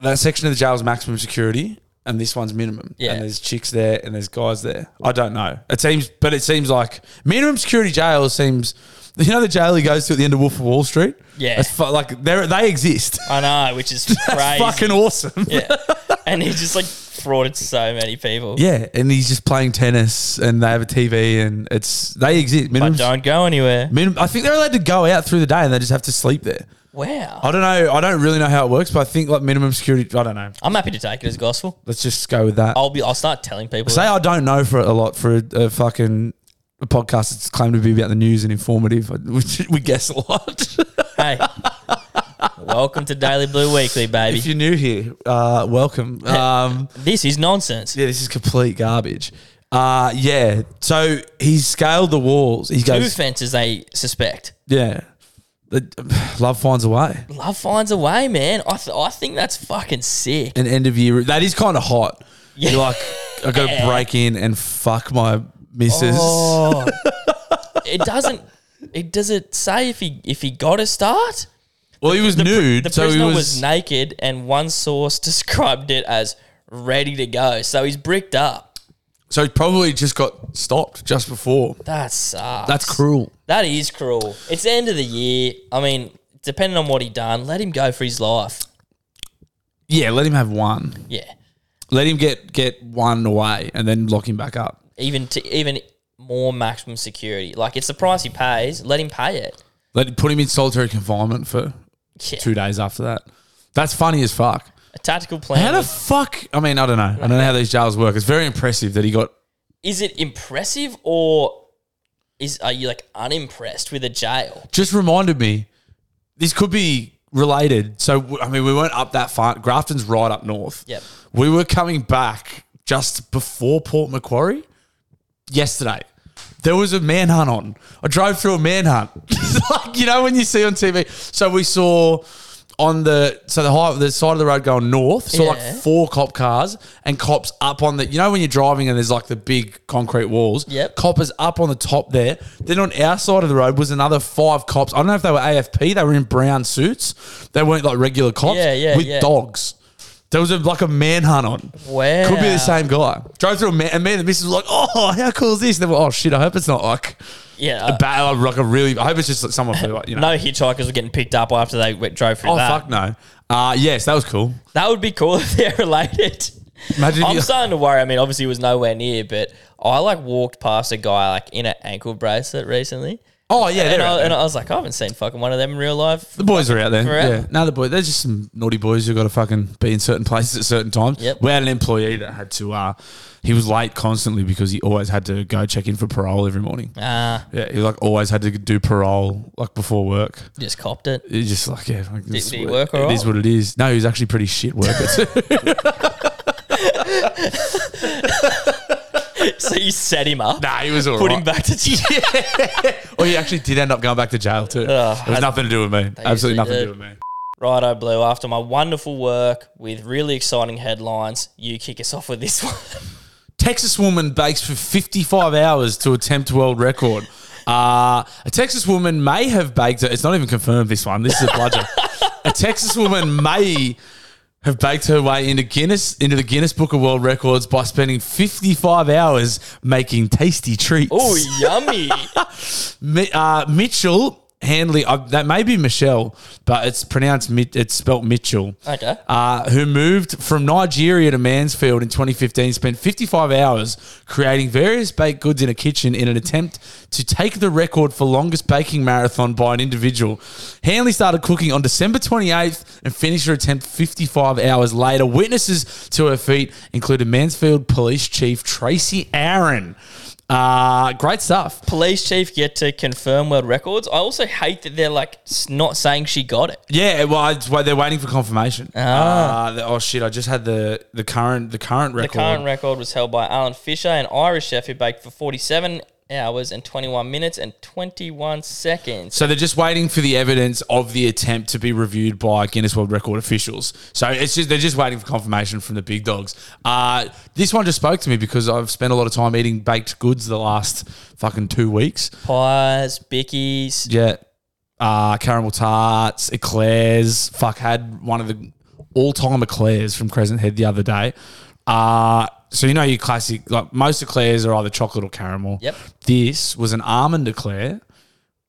that section of the jail's maximum security and this one's minimum. Yeah. And there's chicks there and there's guys there. I don't know. It seems but it seems like minimum security jail seems you know the jail he goes to at the end of Wolf of Wall Street? Yeah. That's fu- like they they exist. I know, which is crazy. Fucking awesome. Yeah. yeah. And he just like frauded so many people. and he's just playing tennis and they have a TV and it's they exist. But Minimum, don't go anywhere. minimum I think they're allowed to go out through the day and they just have to sleep there. Wow. I don't know. I don't really know how it works, but I think like minimum security I don't know. I'm happy to take it as gospel. Let's just go with that. I'll be. I'll start telling people. Say I don't know for a lot for a, a fucking a podcast that's claimed to be about the news and informative. We, we guess a lot. hey, welcome to Daily Blue Weekly, baby. if you're new here, uh, welcome. Um, this is nonsense. yeah, this is complete garbage. Uh, yeah. So he's scaled the walls. He Two goes, fences, they suspect. yeah. The- Love finds a way. Love finds a way, man. I, th- I think that's fucking sick. An end of year. That is kind of hot. Yeah. You're like, I got to break in and fuck my missus. Oh, it doesn't. It does it say if he if he got a start? well, he was nude, The so he prisoner was, was, naked, and one source described it as ready to go. So he's bricked up. so he probably just got stopped just before. That sucks. That's cruel. That is cruel. It's the end of the year. I mean, depending on what he done, let him go for his life. Yeah, let him have one. Yeah. Let him get get one away and then lock him back up. even to even more maximum security. Like it's the price he pays. Let him pay it. Let put him in solitary confinement for Yeah. two days after that. That's funny as fuck. A tactical plan. How the was- fuck? I mean, I don't know. I don't know how these jails work. It's very impressive that he got. is it impressive or is are you like unimpressed with a jail? Just reminded me, this could be related. So w- I mean, we weren't up that far. Grafton's right up north. Yep. We were coming back just before Port Macquarie yesterday. There was a manhunt on. I drove through a manhunt. like, you know, when you see on TV. So we saw on the so the high, the side of the road going north, saw Yeah. like four cop cars and cops up on the you know when you're driving and there's like the big concrete walls. Yep. Coppers up on the top there. Then on our side of the road was another five cops. I don't know if they were AFP, they were in brown suits. They weren't like regular cops Yeah, yeah, with yeah. dogs. There was a, like a manhunt on. Wow. Could be the same guy. Drove through a man, and me and the missus were like, oh, how cool is this? And they were, oh, shit, I hope it's not like Yeah. a bad, like a really, I hope it's just like someone who, like, you know. Uh, no hitchhikers were getting picked up after they went, drove through oh, that. fuck no. Uh, yes, that was cool. That would be cool if they're related. Imagine I'm you, starting to worry. I mean, obviously, it was nowhere near, but I like walked past a guy like in an ankle bracelet recently. Oh, yeah, and they're out I, and there. I was like, I haven't seen fucking one of them in real life. the boys are out there. Right. Yeah. No, the boys, there's just some naughty boys who got to fucking be in certain places at certain times. Yep. We had an employee that had to, uh, he was late constantly because he always had to go check in for parole every morning. Ah, Yeah, he like always had to do parole like before work. just copped it. It's just like yeah, like, this is did he what- work It alright? is what it is. No, he's actually pretty shit worker. too. so you set him up, nah, he was alright. put him back to jail. Or he actually did end up going back to jail too. Ugh, it was nothing to do with me. usually Absolutely nothing to do. do with me. Righto, Blue. After my wonderful work with really exciting headlines, you kick us off with this one. Texas woman bakes for 55 hours to attempt world record. Uh, a Texas woman may have baked. It's not even confirmed. This one. This is a bludgeon. a Texas woman may have baked her way into Guinness into the Guinness Book of World Records by spending 55 hours making tasty treats. Oh, yummy! Mi- uh, Mitchell Handley. Uh, that may be Michelle, but it's pronounced. Mi- it's spelt Mitchell. Okay. Uh, who moved from Nigeria to Mansfield in 2015? Spent 55 hours creating various baked goods in a kitchen in an attempt to take the record for longest baking marathon by an individual. Handley started cooking on December 28th and finished her attempt 55 hours later. Witnesses to her feat included Mansfield Police Chief Tracy Aaron. Uh, great stuff. Police chief get to confirm world records. I also hate that they're like s- not saying she got it. Yeah, well, it's, well they're waiting for confirmation. Ah. Uh, the- oh shit! I just had the the current the current The record. current record was held by Alan Fisher, an Irish chef who baked for 47 hours and 21 minutes and 21 seconds. so they're just waiting for the evidence of the attempt to be reviewed by Guinness World Record officials. So it's just they're just waiting for confirmation from the big dogs. Uh, this one just spoke to me because I've spent a lot of time eating baked goods the last fucking two weeks. Pies, bickies. Yeah. Uh, caramel tarts, eclairs. Fuck, had one of the all time eclairs from Crescent Head the other day. Uh, so, you know, your classic, like most eclairs are either chocolate or caramel. Yep. This was an almond eclair.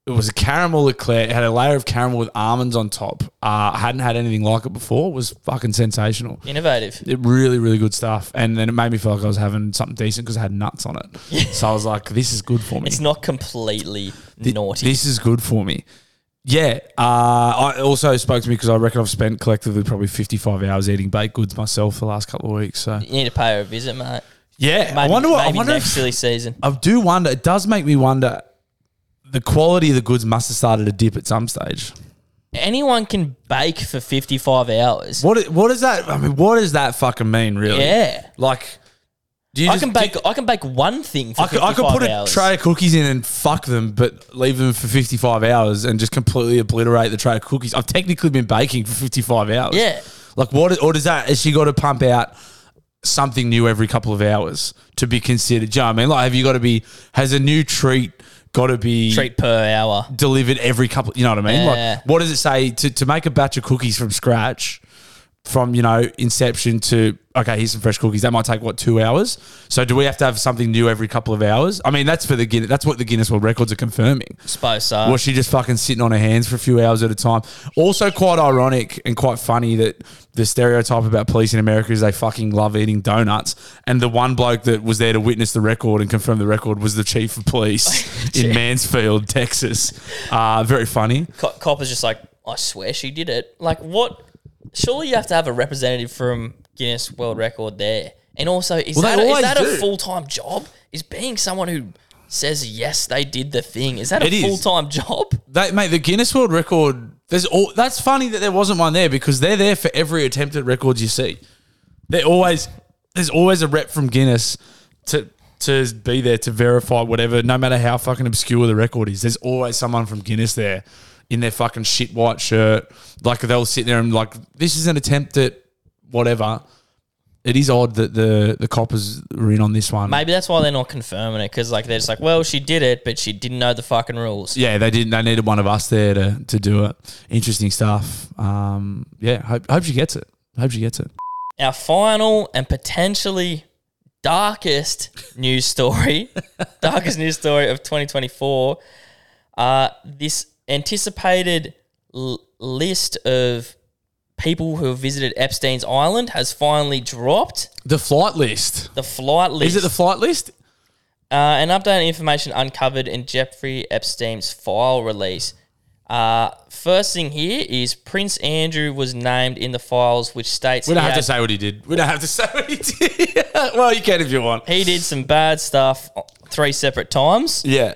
It was a caramel eclair. It had a layer of caramel with almonds on top. Uh, I hadn't had anything like it before. It was fucking sensational. Innovative. It really, really good stuff. And then it made me feel like I was having something decent because I had nuts on it. so I was like, this is good for me. It's not completely naughty. This is good for me. Yeah. Uh, I also spoke to me because I reckon I've spent collectively probably 55 hours eating baked goods myself the last couple of weeks. So, you need to pay her a visit, mate. yeah. I Maybe- wonder what, I maybe wonder next if, silly season. I do wonder, it does make me wonder the quality of the goods must have started to dip at some stage. anyone can bake for 55 hours. What, what does that, I mean, what does that fucking mean, really? Yeah. Like, do you I just- can do- bake I can bake one thing for I could, I could 55 put hours. a tray of cookies in and fuck them, but leave them for 55 hours and just completely obliterate the tray of cookies. I've technically been baking for 55 hours. Yeah. Like, what, or does that, has she got to pump out something new every couple of hours to be considered? Do you know what I mean? Like, have you got to be, has a new treat got to be treat per hour. delivered every couple, you know what I mean? Yeah. Like, what does it say to, to make a batch of cookies from scratch? from you know inception to okay, here's some fresh cookies. That might take what two hours. So do we have to have something new every couple of hours? I mean, that's for the Guinness. That's what the Guinness World Records are confirming. Suppose so. Was she just fucking sitting on her hands for a few hours at a time? Also, quite ironic and quite funny that the stereotype about police in America is they fucking love eating donuts. And the one bloke that was there to witness the record and confirm the record was the chief of police in Mansfield, Texas. Uh, very funny. Co- cop is just like, I swear she did it. Like, what? Surely you have to have a representative from Guinness World Record there. And also, is Well, they that, is always that a do. full time job? Is being someone who says, yes, they did the thing, is that It is. a full time job? They, mate, the Guinness World Record. There's all. That's funny that there wasn't one there because they're there for every attempt at records you see. They're always there's always a rep from Guinness to to be there to verify whatever, no matter how fucking obscure the record is. There's always someone from Guinness there in their fucking shit white shirt, like they'll sit there and like this is an attempt at whatever. It is odd that the the coppers are in on this one. Maybe that's why they're not confirming it because, like, they're just like, well, she did it, but she didn't know the fucking rules. yeah, they didn't. They needed one of us there to, to do it. Interesting stuff. Um, yeah, hope, hope she gets it. Hope she gets it. Our final and potentially darkest news story, darkest news story of 2024. Uh, this anticipated l- list of people who have visited Epstein's Island has finally dropped. The flight list. The flight Is list. it the flight list? Uh, an update on information uncovered in Jeffrey Epstein's file release. Uh, first thing here is Prince Andrew was named in the files, which states We don't he, have to had- say what he did. We don't have to say what he did. well, you can if you want. he did some bad stuff three separate times. Yeah.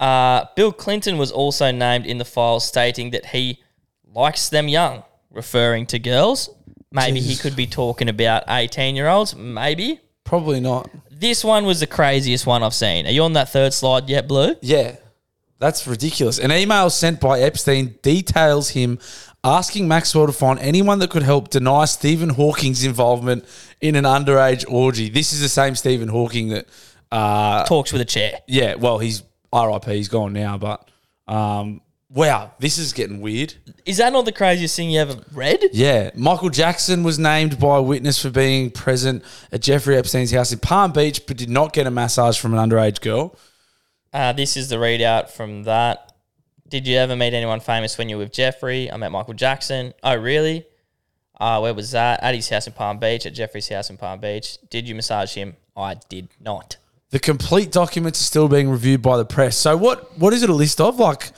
Uh, Bill Clinton was also named in the files, stating that he likes them young, referring to girls. Maybe he Jesus. could be talking about 18 year olds. Maybe. Probably not. This one was the craziest one I've seen. Are you on that third slide yet, Blue? Yeah. That's ridiculous. An email sent by Epstein details him asking Maxwell to find anyone that could help deny Stephen Hawking's involvement in an underage orgy. This is the same Stephen Hawking that uh, Talks with a chair. Yeah, well, he's RIP. He's gone now, but um, wow, this is getting weird. Is that not the craziest thing you ever read? Yeah, Michael Jackson was named by a witness for being present at Jeffrey Epstein's house in Palm Beach, but did not get a massage from an underage girl. Uh, this is the readout from that. Did you ever meet anyone famous when you were with Jeffrey? I met Michael Jackson. Oh, really? Uh, where was that? At his house in Palm Beach, at Jeffrey's house in Palm Beach. Did you massage him? I did not. The complete documents are still being reviewed by the press. So what? What is it a list of? Like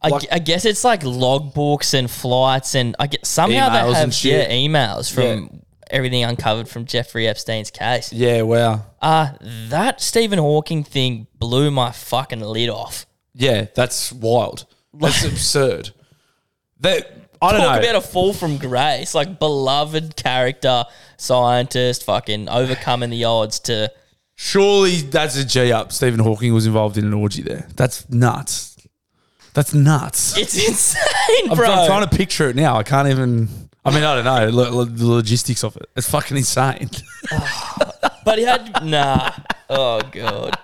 I, Like- gu- I guess it's like logbooks and flights, and I get somehow Emails they and have shit. yeah, emails from Yeah. everything uncovered from Jeffrey Epstein's case. yeah, wow, Uh, that Stephen Hawking thing blew my fucking lid off. yeah, that's wild. That's absurd. That I don't Talk know. about a fall from grace, like beloved character, scientist, fucking overcoming the odds to. Surely that's a G up. Stephen Hawking was involved in an orgy there. That's nuts. That's nuts. It's insane, I'm, bro. I'm trying to picture it now. I can't even. I mean, I don't know lo- lo- the logistics of it. It's fucking insane. but he had nah. Oh god.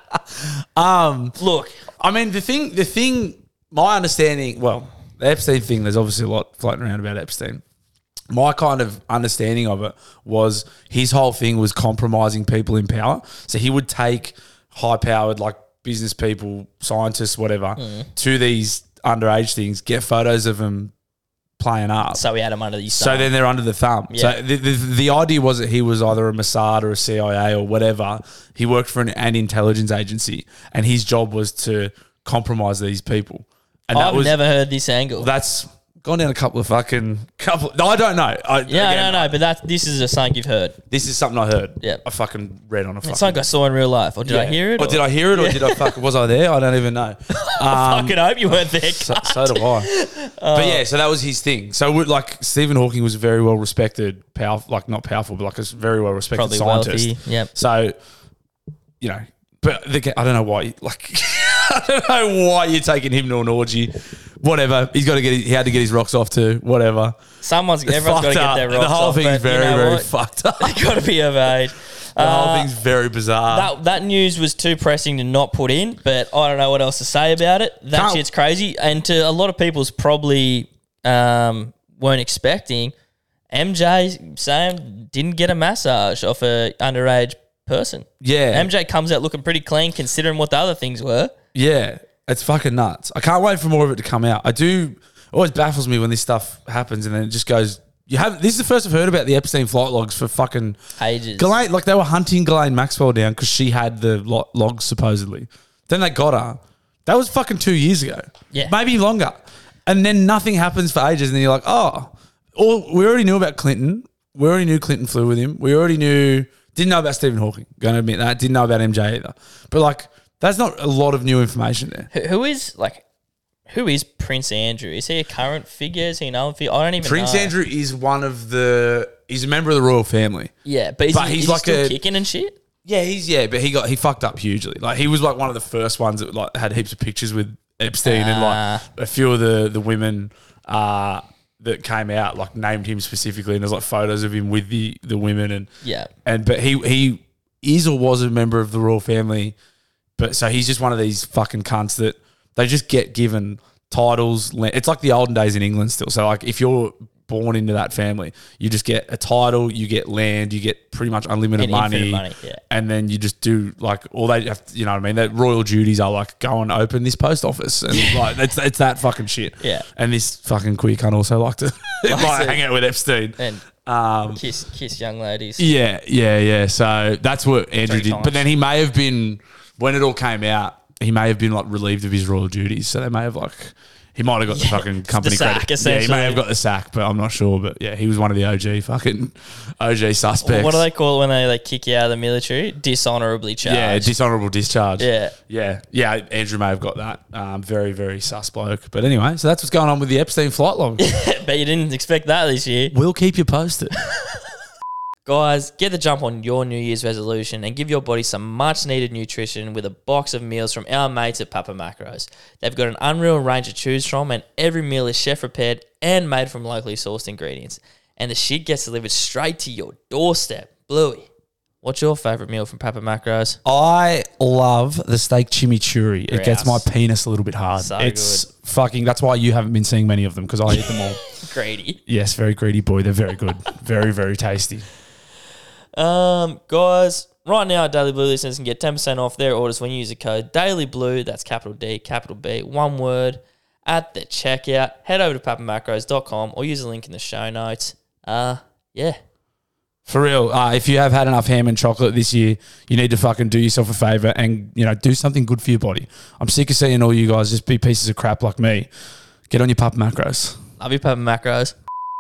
Um, Look, I mean, the thing, the thing, my understanding. Well, the Epstein thing. There's obviously a lot floating around about Epstein. My kind of understanding of it was his whole thing was compromising people in power. So he would take high powered, like business people, scientists, whatever, to these underage things, get photos of them playing up. so we had him under the So then they're under the thumb. So Yeah. the, the, the idea was that he was either a Mossad or a CIA or whatever. He worked for an, an intelligence agency, and his job was to compromise these people. And that I've was never heard this angle. that's gone down a couple of fucking couple. No, I don't know. I, yeah, again, no, no, but that this is a song you've heard. This is something I heard. Yeah. I fucking read on a fucking. It's like I saw in real life. Or did I Yeah. hear it? Or, did I hear it? Or did I fuck? Was I there? I don't even know. I fucking hope you weren't there. So, so do I. Uh, but yeah, so that was his thing. So we like Stephen Hawking was a very well respected, powerful, like not powerful, but like a very well respected Probably scientist. wealthy, yep. So you know, but the, I don't know why. Like I don't know why you're taking him to an orgy. Whatever. He's got to get. His, he had to get his rocks off too. Whatever. Someone's everyone's got Fucked to get up. their rocks The whole off, thing's but you very, know very what? Uh, fucked up. They got to be of age. the whole Uh, thing's very bizarre. that that news was too pressing to not put in, but I don't know what else to say about it. That Can't- shit's crazy, and to a lot of people's probably um, weren't expecting. MJ Sam didn't get a massage off a underage person. Yeah. MJ comes out looking pretty clean considering what the other things were. Yeah, it's fucking nuts. I can't wait for more of it to come out. I do. It always baffles me when this stuff happens and then it just goes. You have this is the first I've heard about the Epstein flight logs for fucking Ages. Ghislaine. Like they were hunting Ghislaine Maxwell down because she had the lo- logs supposedly. Then they got her. That was fucking two years ago. Yeah. maybe longer. And then nothing happens for ages, and then you're like, oh, all, we already knew about Clinton. We already knew Clinton flew with him. We already knew didn't know about Stephen Hawking. Going to admit that didn't know about MJ either. But like, that's not a lot of new information there. Who- who is like who is Prince Andrew? Is he a current figure? Is he an old figure? I don't even Prince know. Andrew is one of the. He's a member of the royal family. Yeah, but, is But he, he's he's like like still a- kicking and shit. Yeah, he's yeah, but he got he fucked up hugely. Like he was like one of the first ones that like had heaps of pictures with Epstein and like Ah. a few of the the women uh, that came out like named him specifically, and there's like photos of him with the the women and Yeah. and but he he is or was a member of the royal family, but so he's just one of these fucking cunts that they just get given titles. la- It's like the olden days in England still. So like if you're born into that family, you just get a title, you get land, you get pretty much unlimited And money, infinite money, yeah. and then you just do like all they have. To, you know what I mean? That royal duties are like go and open this post office and like it's it's that fucking shit. Yeah. and this fucking queer cunt also like to like to- hang out with Epstein. And Um, kiss kiss young ladies. yeah, yeah, yeah. So that's what Andrew Three did. times. But then he may have been when it all came out, he may have been like relieved of his royal duties. So they may have like he might have got the fucking company sack, credit. Yeah, he essentially. may have got the sack, but I'm not sure. But yeah, he was one of the OG fucking OG suspects. What do they call it when they like kick you out of the military? Dishonorably yeah, charged. dishonorable discharge. Yeah. yeah, yeah. Andrew may have got that. Um, very, very sus bloke. But anyway, so that's what's going on with the Epstein flight log. Bet you didn't expect that this year. we'll keep you posted. Guys, get the jump on your New Year's resolution and give your body some much needed nutrition with a box of meals from our mates at Papa Macros. They've got an unreal range to choose from, and every meal is chef prepared and made from locally sourced ingredients. And the shit gets delivered straight to your doorstep. Bluey, what's your favorite meal from Papa Macros? I love the steak chimichurri. It gets my Grouse. penis a little bit hard. So it's fucking. That's why you haven't been seeing many of them because I eat them all. Grady. yes, very greedy boy. They're very good. very very tasty. Um, guys, right now, Daily Blue listeners can get 10% off their orders when you use the code Daily Blue, that's capital D, capital B, one word, at the checkout. Head over to papamacros.com or use the link in the show notes. Uh, yeah. For real, uh, if you have had enough ham and chocolate this year, you need to fucking do yourself a favor and you know do something good for your body. I'm sick of seeing all you guys just be pieces of crap like me. Get on your pup macros. Love you, Papa Macros.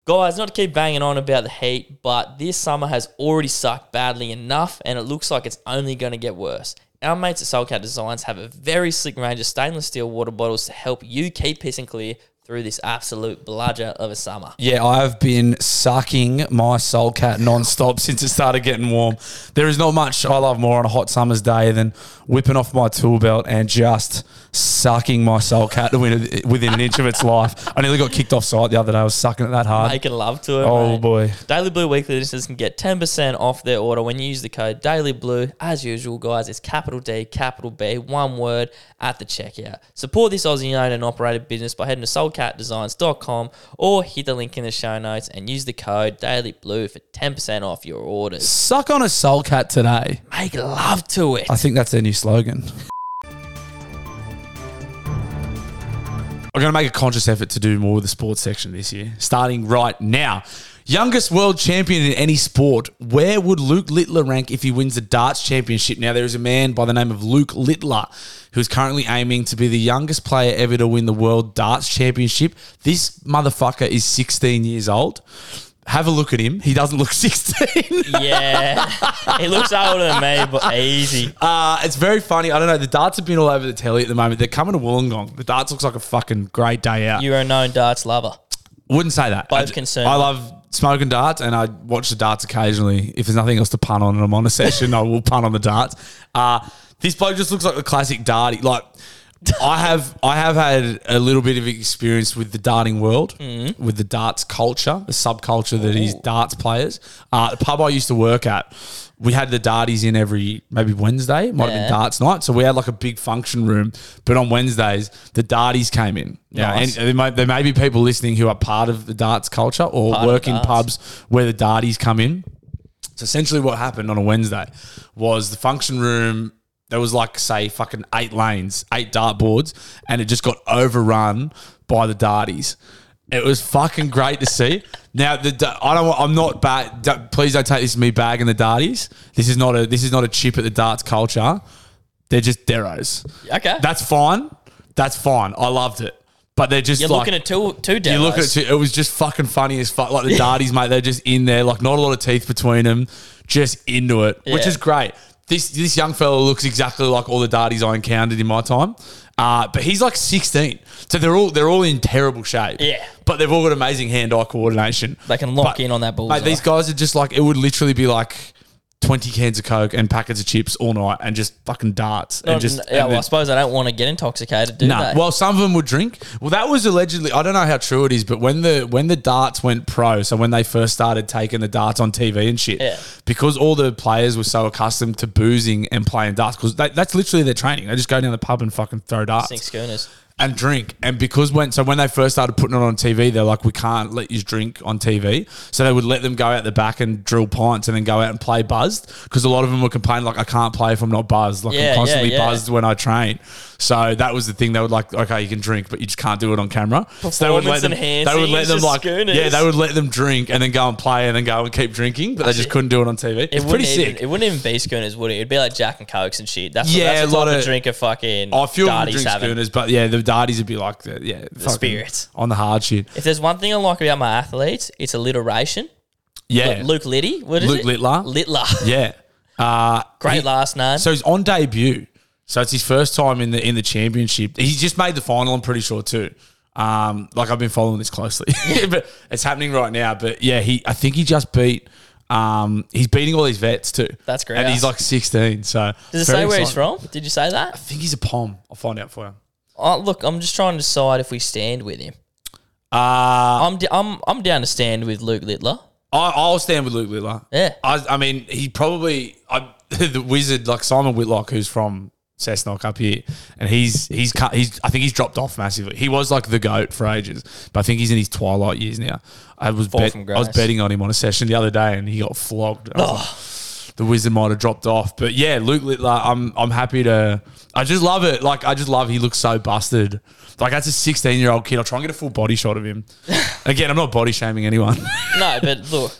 Guys, not to keep banging on about the heat, but this summer has already sucked badly enough, and it looks like it's only going to get worse. Our mates at Soulcat Designs have a very slick range of stainless steel water bottles to help you keep pissing clear through this absolute bludger of a summer. Yeah, I've been sucking my soul cat nonstop since it started getting warm. There is not much I love more on a hot summer's day than whipping off my tool belt and just sucking my soul cat to win- within an inch of its life. I nearly got kicked off site the other day. I was sucking it that hard. Making love to it. Oh mate. boy. Daily Blue Weekly listeners can get 10% off their order when you use the code Daily Blue. As usual, guys, it's capital D, capital B, one word at the checkout. Support this Aussie owned and operated business by heading to soulcatdesigns.com or hit the link in the show notes and use the code Daily Blue for 10% off your orders. Suck on a soul cat today. Make love to it. I think that's their new slogan. I'm going to make a conscious effort to do more with the sports section this year, starting right now. Youngest world champion in any sport. Where would Luke Littler rank if he wins the darts championship? Now, there is a man by the name of Luke Littler who's currently aiming to be the youngest player ever to win the world darts championship. This motherfucker is 16 years old. Have a look at him. He doesn't look 16. Yeah. he looks older than me, but easy. Uh, it's very funny. I don't know. The darts have been all over the telly at the moment. They're coming to Wollongong. The darts looks like a fucking great day out. You're a known darts lover. Wouldn't say that. Both I, ju- concerned. I love smoking darts, and I watch the darts occasionally. If there's nothing else to pun on, and I'm on a session, I will pun on the darts. Uh, this bloke just looks like the classic darty. Like I have I have had a little bit of experience with the darting world, Mm-hmm. with the darts culture, the subculture that is darts players. Uh, the pub I used to work at, we had the darties in every maybe Wednesday, it might have Yeah. been darts night. So we had like a big function room, but on Wednesdays the darties came in. Yeah, Nice. and there may, there may be people listening who are part of the darts culture or Part of work in darts. pubs where the darties come in. So essentially, what happened on a Wednesday was the function room. There was like say fucking eight lanes, eight dart boards, and it just got overrun by the darties. It was fucking great to see. Now the da- I don't. want- I'm not bad. don't- Please don't take this as me bagging the darties. This is not a. This is not a chip at the darts culture. They're just deros. Okay. That's fine. That's fine. I loved it. But they're just You're like, looking at two two demos. you look at it, too- it was just fucking funny as fuck. Like the darties, mate, they're just in there, like not a lot of teeth between them, just into it, which Yeah. is great. This this young fella looks exactly like all the darties I encountered in my time, uh, but he's like 16, so they're all they're all in terrible shape. Yeah. but they've all got amazing hand-eye coordination. They can lock But- in on that bullseye. Mate, these guys are just like it would literally be like. 20 cans of Coke and packets of chips all night and just fucking darts. No, and just, no, yeah, and well, I then- suppose I don't want to get intoxicated, do Nah. they? Well, some of them would drink. Well, that was allegedly. I don't know how true it is, but when the when the darts went pro, so when they first started taking the darts on TV and shit, Yeah. because all the players were so accustomed to boozing and playing darts, because that's literally their training. They just go down the pub and fucking throw darts Sink schooners. and drink. And because when so when they first started putting it on TV, they're like, we can't let you drink on TV. So they would let them go out the back and drill pints and then go out and play buzzed. Because a lot of them were complaining like, I can't play if I'm not buzzed. Like Yeah, yeah, I'm constantly yeah. buzzed when I train. So that was the thing. They would like, okay, you can drink, but you just can't do it on camera. So they would let them. They would Performance-enhancing let is them just like, schooners. yeah, they would let them drink and then go and play and then go and keep drinking, but they just couldn't do it on TV. it's pretty wouldn't sick. Even, it wouldn't even be schooners, would it? It'd be like Jack and Cokes and shit. That's Yeah, yeah, a that's the lot type of- of drink a fucking I feel them Darty's drink having. schooners, but yeah, the darties would be like, the, yeah, fucking spirits. on the hard shit. If there's one thing I like about my athletes, it's alliteration. Yeah, Like Luke Liddy, what is Luke it? Littler. Littler. Yeah. Uh, Great he- last name. So he's on debut. So it's his first time in the in the championship. He's just made the final. I'm pretty sure too. Um, like I've been following this closely, but it's happening right now. But yeah, he I think he just beat. Um, he's beating all these vets too. That's great. And he's like 16. So Does it say where he's from? Did you say that? I think he's a pom. I'll find out for you. Oh, look, I'm just trying to decide if we stand with him. Uh, I'm d I'm I'm down to stand with Luke Littler. I, I'll stand with Luke Littler. Yeah. I, I mean, he probably I, the wizard like Simon Whitlock, who's from Cessnock up here, and he's he's cut. He's I think he's dropped off massively. He was like the goat for ages, but I think he's in his twilight years now. I was bet, from I was grace. betting on him on a session the other day, and he got flogged. I was like, the wizard might have dropped off. But yeah, Luke Littler, I'm I'm happy to. I just love it. Like I just love he looks so busted. Like that's a 16 year old kid. I'll try and get a full body shot of him. Again, I'm not body shaming anyone. No, but look,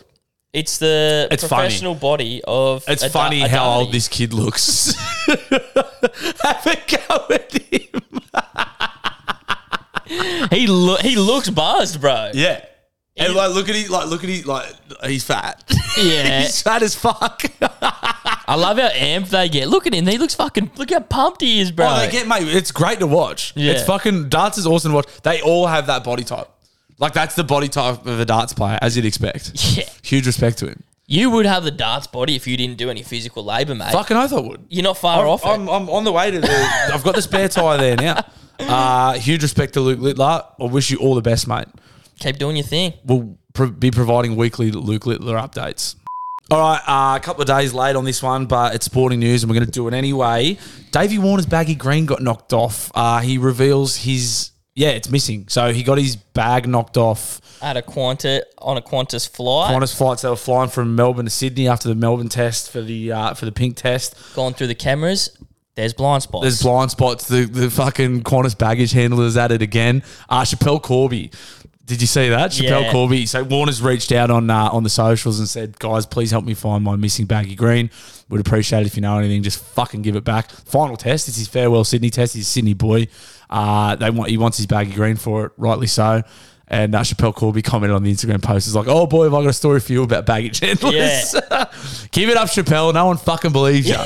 it's the It's funny. professional body of. It's a da- funny a how Darty. old this kid looks. Have a go at him. he lo- he looks buzzed, bro. Yeah. And like, look at him. Like, look at him. Like, he's fat. Yeah. he's fat as fuck. I love how amped they get. Look at him. He looks fucking. Look how pumped he is, bro. Oh, they get mate. It's great to watch. Yeah. It's fucking darts is awesome to watch. They all have that body type. Like, that's the body type of a darts player, as you'd expect. yeah. Huge respect to him. You would have the darts body if you didn't do any physical labor, mate. Fucking oath I would. You're not far off. it. I'm, I'm on the way to the. I've got the spare tire there now. Uh, huge respect to Luke Littler. I wish you all the best, mate. Keep doing your thing. we'll pro- be providing weekly Luke Littler updates. All right, uh, a couple of days late on this one, but it's sporting news and we're going to do it anyway. Davey Warner's baggy green got knocked off. Uh, he reveals his, yeah, it's missing. So he got his bag knocked off. At a Qantas on a Qantas flight, Qantas flights that were flying from Melbourne to Sydney after the Melbourne test for the uh, for the pink test. going through the cameras. There's blind spots. There's blind spots. The, the fucking Qantas baggage handler's at it again. Uh, Chappelle Corby. Did you see that? Chappelle Yeah. Corby. So Warner's reached out on uh, on the socials and said, guys, please help me find my missing baggy green. Would appreciate it if you know anything. Just fucking give it back. Final test. It's his farewell Sydney test. He's a Sydney boy. Uh, they want he wants his baggy green for it, rightly so. And uh, Chappelle Corby commented on the Instagram post. He's like, oh boy, have I got a story for you about baggage handlers. Give it up, Chappelle. No one fucking believes you.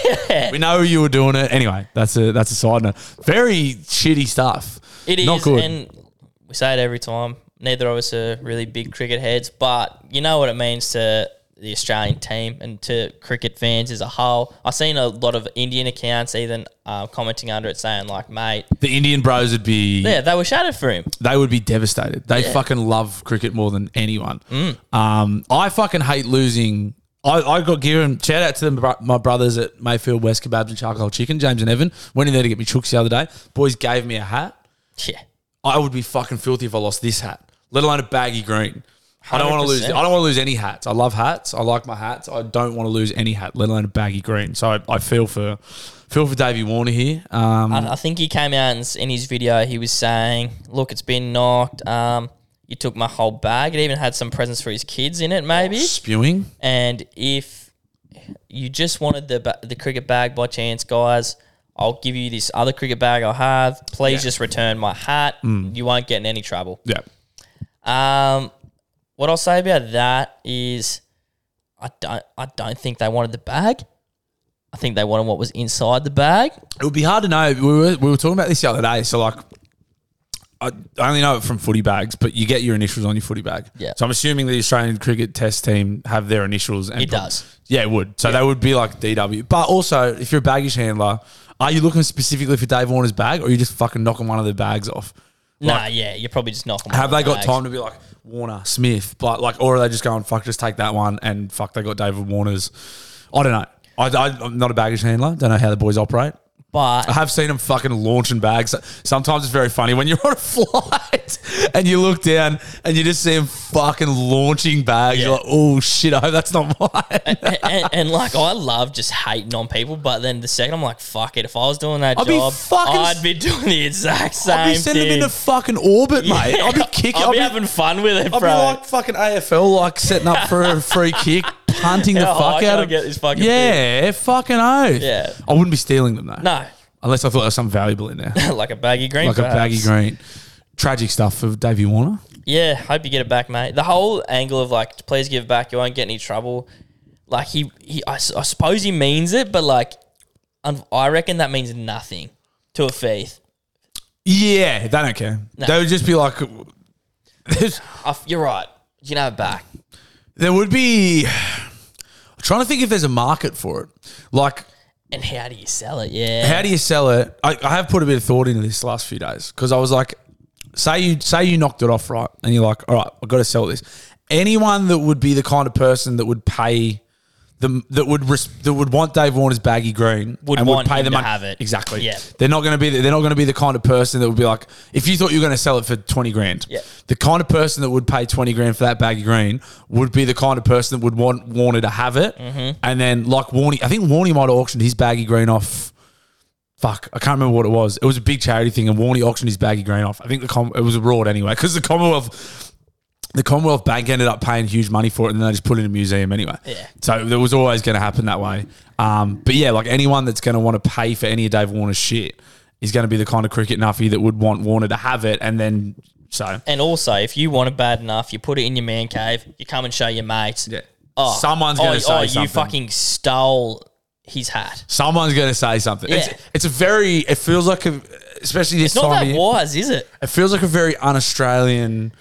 We know you were doing it. Anyway, that's a that's a side note. Very shitty stuff. It is, not good. and we say it every time. Neither of us are really big cricket heads, but you know what it means to the Australian team and to cricket fans as a whole. I've seen a lot of Indian accounts even uh, commenting under it saying like, "Mate, The Indian bros would be yeah, they were shattered for him." they would be devastated. They fucking love cricket more than anyone. Mm. Um, I fucking hate losing. I, I got given shout out to them, bro- my brothers at Mayfield West Kebabs and Charcoal Chicken, James and Evan. Went in there to get me chooks the other day. Boys gave me a hat. Yeah, I would be fucking filthy if I lost this hat, let alone a baggy green. I don't want to lose. I 100%. don't want to lose any hats. I love hats. I like my hats. I don't want to lose any hat, let alone a baggy green. So I, I feel for feel for Davey Warner here. Um, I, I think he came out and s- in his video he was saying, "Look, it's been knocked. Um, you took my whole bag. It even had some presents for his kids in it, maybe." spewing. And if you just wanted the ba- the cricket bag by chance, guys, I'll give you this other cricket bag I have. Please just return my hat. Mm. You won't get in any trouble. Yeah. Um, what I'll say about that is, I don't I don't think they wanted the bag. I think they wanted what was inside the bag. It would be hard to know. We were, we were talking about this the other day. So, like, I I only know it from footy bags, but you get your initials on your footy bag. Yeah. So I'm assuming the Australian cricket test team have their initials. And It does. Yeah, it would. So they would be like DW. But also, if you're a baggage handler, are you looking specifically for Dave Warner's bag or are you just fucking knocking one of the bags off? nah, yeah, you're probably just knocking. Have they got time to be like Warner, Smith, but like, or are they just going fuck? Just take that one and fuck. They got David Warner's. I don't know. I, I, I'm not a baggage handler. Don't know how the boys operate. But I have seen them fucking launching bags. Sometimes it's very funny when you're on a flight and you look down and you just see them fucking launching bags. You're Yeah. like, oh shit, I hope that's not mine. and, and, and, like I love just hating on people, but then the second I'm like, fuck it. If I was doing that I'd be job, fucking- I'd be doing the exact same I'll be sending thing. them into fucking orbit, mate. I'll be kicking. I'll be, I'll be, having fun with it, I'll be bro. like fucking AFL, like setting up for a free kick, punting the How high fuck can out oh, I of. get this fucking yeah, fucking oath. Yeah. I wouldn't be stealing them though. no, Unless I thought there was something valuable in there, like a baggy green, like a perhaps. baggy green. Tragic stuff for Davey Warner. Yeah, hope you get it back, mate. The whole angle of like, please give it back, you won't get any trouble. Like he, he I, s- I suppose he means it, but like, un- I reckon that means nothing to a faith. Yeah, they don't care. They would just be like, there's- I f- you're right. You can have it back. there would be. I'm trying to think if there's a market for it. Like, And how do you sell it? Yeah. how do you sell it? I, I have put a bit of thought into this last few days because I was like, say you say you knocked it off right, and you're like, all right, I've got to sell this. Anyone that would be the kind of person that would pay. The, that would res, that would want Dave Warner's baggy green Would and want him to money- have it. exactly. Yeah. They're not going to be the, they're not going to be the kind of person that would be like if you thought you were going to sell it for 20 grand. Yeah. The kind of person that would pay 20 grand for that baggy green would be the kind of person that would want Warner to have it. Mm-hmm. And then like Warney, I think Warney might have auctioned his baggy green off Fuck, I can't remember what it was. It was a big charity thing, and Warney auctioned his baggy green off. I think the com- it was abroad anyway, because the Commonwealth, the Commonwealth Bank ended up paying huge money for it, and then they just put it in a museum anyway. Yeah. So it was always going to happen that way. Um, but yeah, like anyone that's going to want to pay for any of Dave Warner's shit is going to be the kind of cricket nuffy that would want Warner to have it, and then so And also, if you want it bad enough, you put it in your man cave. You come and show your mates. Yeah. Oh, Someone's oh, gonna oh, say you something. fucking stole his hat. someone's going to say something. Yeah. It's, it's a very. It feels like a, especially this It's not time. of that year. wise, is it? It feels like a very un-Australian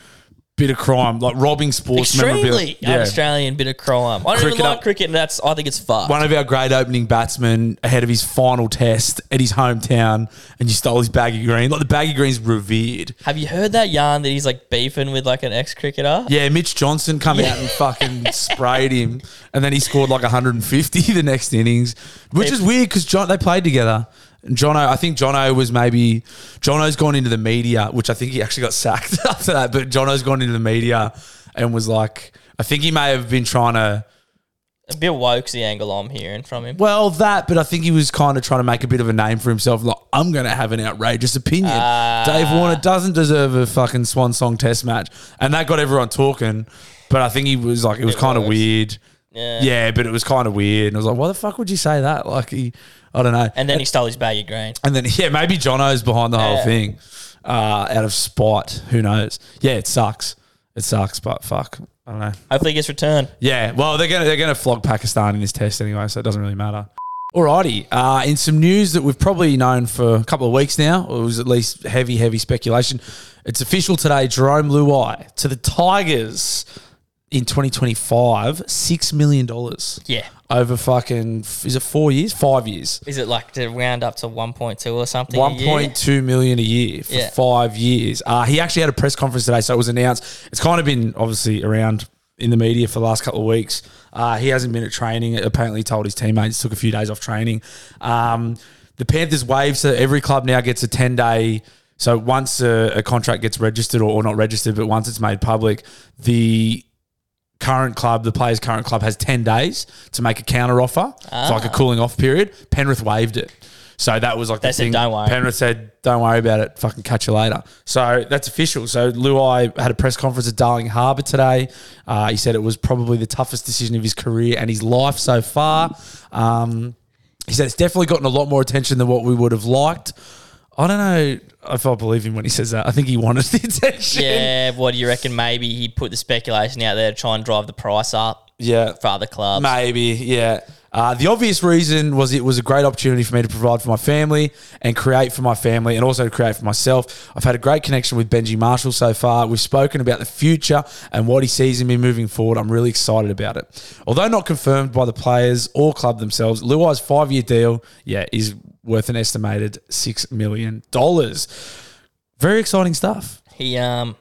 bit of crime, like robbing sports memorabilia. Extremely Yeah. un-Australian bit of crime. I don't Cricket even like up- cricket. And that's I think it's fucked. One of our great opening batsmen ahead of his final test at his hometown, and you stole his baggy green. Like the baggy green's revered. Have you heard that yarn that he's like beefing with like an ex-cricketer? Yeah, Mitch Johnson come out and fucking sprayed him, and then he scored like 150 the next innings, which is weird because John they played together. And Jono, I think Jono was maybe Jono's gone into the media, which I think he actually got sacked after that. But Jono's gone into the media and was like, I think he may have been trying to. A bit woke's the angle I'm hearing from him. Well, that, but I think he was kind of trying to make a bit of a name for himself. Like, I'm going to have an outrageous opinion. Ah. Dave Warner doesn't deserve a fucking swan song test match, and that got everyone talking. But I think he was like, it was kind of works. weird. Yeah. Yeah, but it was kind of weird, and I was like, why the fuck would you say that? Like, he, I don't know. And then he stole his bag of grain. And then yeah, maybe Jono's behind the whole Yeah. thing, uh, out of spite. Who knows? Yeah, it sucks. It sucks, but fuck, I don't know. Hopefully, he gets returned. Yeah, well, they're gonna they're gonna flog Pakistan in this test anyway, so it doesn't really matter. Alrighty, uh, in some news that we've probably known for a couple of weeks now, or it was at least heavy, heavy speculation. It's official today: Jerome Luai to the Tigers. in 2025 six million dollars. Yeah. over fucking f- is it four years? Five years. Is it like to round up to 1.2 or something? a One year? point two million a year for Yeah. five years. Uh, he actually had a press conference today, so it was announced. It's kind of been obviously around in the media for the last couple of weeks. Uh, he hasn't been at training. Apparently, told his teammates took a few days off training. Um, the Panthers waived, so every club now gets a ten day. So once a, a contract gets registered or, or not registered, but once it's made public, the current club, the player's current club has 10 days to make a counter offer. It's like a cooling off period. Penrith waived it. So that was like Ah. They the said, thing. "Don't worry." Penrith said, "Don't worry about it. Fucking catch you later." So that's official. So Luai had a press conference at Darling Harbour today. Uh, he said it was probably the toughest decision of his career and his life so far. Um, he said it's definitely gotten a lot more attention than what we would have liked. I don't know if I believe him when he says that. I think he wanted the attention. Yeah, what do you reckon? Maybe he put the speculation out there to try and drive the price up yeah. for other clubs. Maybe, yeah. Uh, the obvious reason was it was a great opportunity for me to provide for my family and create for my family and also to create for myself. I've had a great connection with Benji Marshall so far. We've spoken about the future and what he sees in me moving forward. I'm really excited about it. Although not confirmed by the players or club themselves, Luai's five year deal, yeah, is worth an estimated $6 million. Very exciting stuff. He um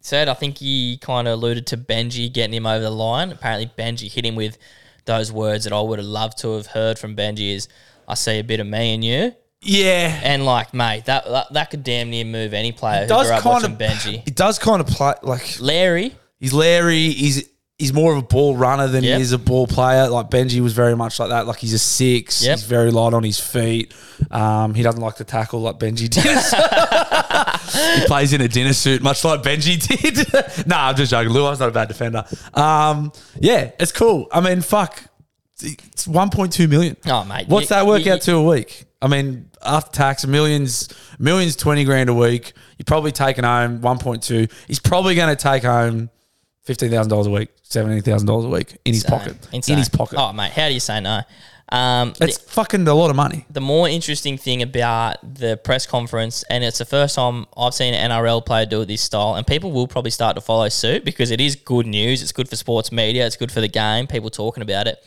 said, I think he kind of alluded to Benji getting him over the line. Apparently, Benji hit him with those words that I would have loved to have heard from Benji. Is I see a bit of me in you, Yeah. and like, mate, that that, that could damn near move any player who does grew up kind watching of- Benji. It does kind of play like Larry, He's Larry. He's he's more of a ball runner than Yep. he is a ball player. Like Benji was very much like that. Like he's a six. Yep. He's very light on his feet. Um, he doesn't like to tackle like Benji did. he plays in a dinner suit, much like Benji did. nah, I'm just joking. Luai's not a bad defender. Um, yeah, it's cool. I mean, fuck. It's 1.2 million. Oh, mate, What's you- that work you- out to a week? I mean, after tax, millions, millions, 20 grand a week. You're probably taking home 1.2. He's probably going to take home $15,000 a week, $17,000 a week in his pocket. Insane. In his pocket. Oh, mate, how do you say no? Um, the- It's fucking a lot of money. the more interesting thing about the press conference, and it's the first time I've seen an NRL player do it this style, and people will probably start to follow suit because it is good news. It's good for sports media. It's good for the game. People talking about it.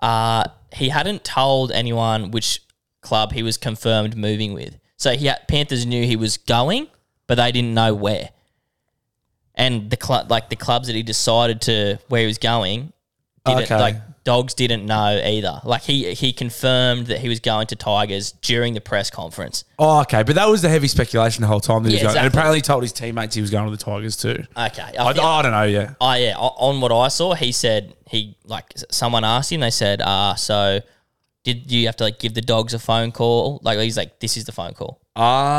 Uh, he hadn't told anyone which club he was confirmed moving with. So he had, Panthers knew he was going, but they didn't know where. And the club, like the clubs that he decided to where he was going, didn't Okay. like dogs didn't know either. Like he he confirmed that he was going to Tigers during the press conference. Oh, okay. But that was the heavy speculation the whole time that he was Yeah, going. And exactly. apparently he told his teammates he was going to the Tigers too. Okay, I, I, think- I don't know, yeah. oh, yeah. o- On what I saw, he said he like s- someone asked him. They said, "Ah, so did you have to like give the dogs a phone call?" Like he's like, "This is the phone call.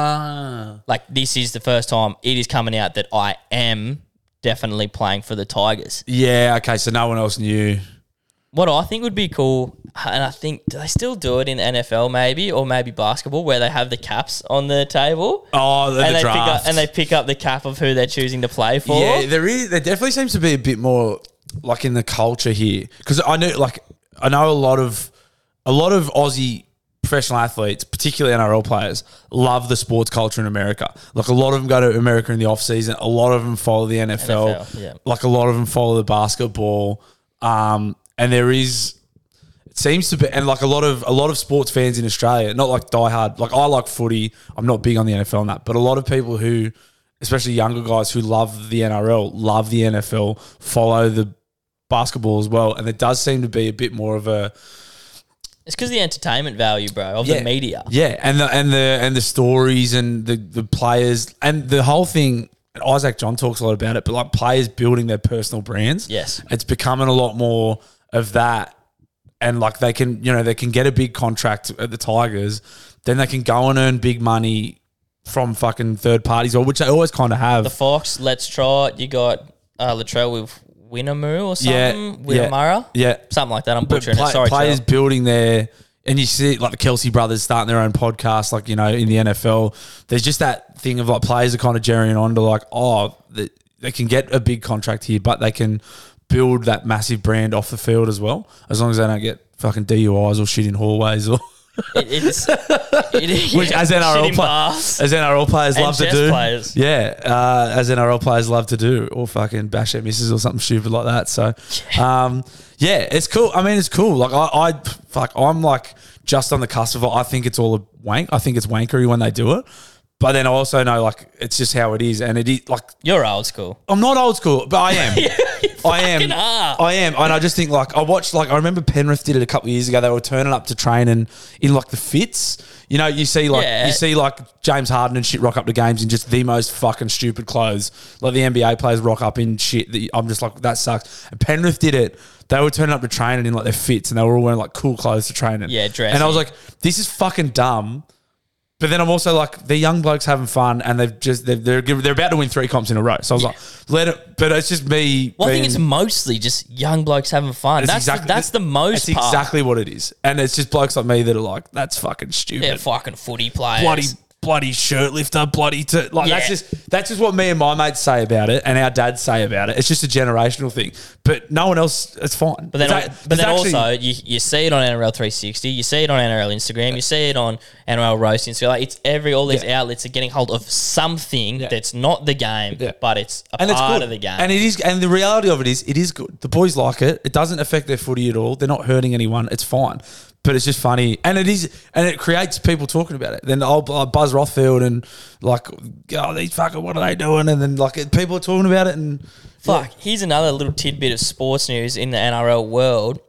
Ah. Like this is the first time it is coming out that I am definitely playing for the Tigers." Yeah, okay. So no one else knew. What I think would be cool, and I think do they still do it in NFL maybe or maybe basketball where they have the caps on the table. Oh, the, and the they draft. pick up and they pick up the cap of who they're choosing to play for. Yeah, there is. There definitely seems to be a bit more like in the culture here because I know, like, I know a lot of a lot of Aussie professional athletes, particularly NRL players, love the sports culture in America. Like, a lot of them go to America in the off season. A lot of them follow the NFL. NFL, yeah. Like, a lot of them follow the basketball. Um, and there is seems to be and like a lot of a lot of sports fans in Australia, not like diehard. Like I like footy. I'm not big on the NFL and that, but a lot of people who, especially younger guys who love the NRL, love the NFL, follow the basketball as well. And there does seem to be a bit more of a It's because the entertainment value, bro, of the media. yeah, and the and the and the stories and the the players and the whole thing. And Isaac John talks a lot about it, but like players building their personal brands. Yes. it's becoming a lot more of that, and like they can you know they can get a big contract at the Tigers, then they can go and earn big money from fucking third parties or which they always kind of have. The Fox, Let's Try It. You got uh, Latrell with Winamu or something. yeah. Winamara? yeah, Something like that. I'm but butchering play- it. Sorry, players Trell. building their and you see it, like the Kelsey brothers starting their own podcast, like you know in the NFL. There's just that thing of like players are kind of jerrying on to like oh that they can get a big contract here, but they can build that massive brand off the field as well, as long as they don't get fucking DUIs or shit in hallways or It, it's it, Which, as NRL, shitting pla- bars. as NRL players And love to chess do. players. Yeah, uh, as NRL players love to do, or fucking bash at misses or something stupid like that. So, um, yeah, it's cool. I mean, it's cool. Like, I, I, fuck, I'm like just on the cusp of it. I think it's all a wank. I think it's wankery when they do it. But then I also know, like, it's just how it is. And it is, like, You're old school. I'm not old school, but I am. I am. are. I am. And I just think like I watched like I remember Penrith did it a couple of years ago. They were turning up to training in like the fits. You know, you see like Yeah. you see like James Harden and shit rock up to games in just the most fucking stupid clothes. Like the NBA players rock up in shit that you- I'm just like that sucks. And Penrith did it. They were turning up to training in like their fits and they were all wearing like cool clothes to training. Yeah, dressy. And I was like, this is fucking dumb. But then I'm also like, they're young blokes having fun, and they've just they're they're, giv- they're about to win three comps in a row. So I was like, let it. But it's just me. Well, I being- think it's mostly just young blokes having fun. it's That's the, that's the most That's part. exactly what it is, and it's just blokes like me that are like, that's fucking stupid. yeah, fucking footy players. bloody bloody shirt lifter, bloody t- like Yeah. that's just that's just what me and my mates say about it, and our dads say about it. It's just a generational thing, but no one else. It's fine. But then, but then also you, you see it on NRL 360, you see it on NRL Instagram, you see it on NRL Roast Instagram. Like it's every all these outlets are getting hold of something that's not the game, Yeah. but it's a and it's part good. of the game. And it is, and the reality of it is, it is good. The boys like it. It doesn't affect their footy at all. They're not hurting anyone. It's fine. But it's just funny, and it is, and it creates people talking about it. Then I'll uh, Buzz Rothfield and like, oh, these fucking, what are they doing? And then like, it- people are talking about it, and Fuck. Here's another little tidbit of sports news in the NRL world.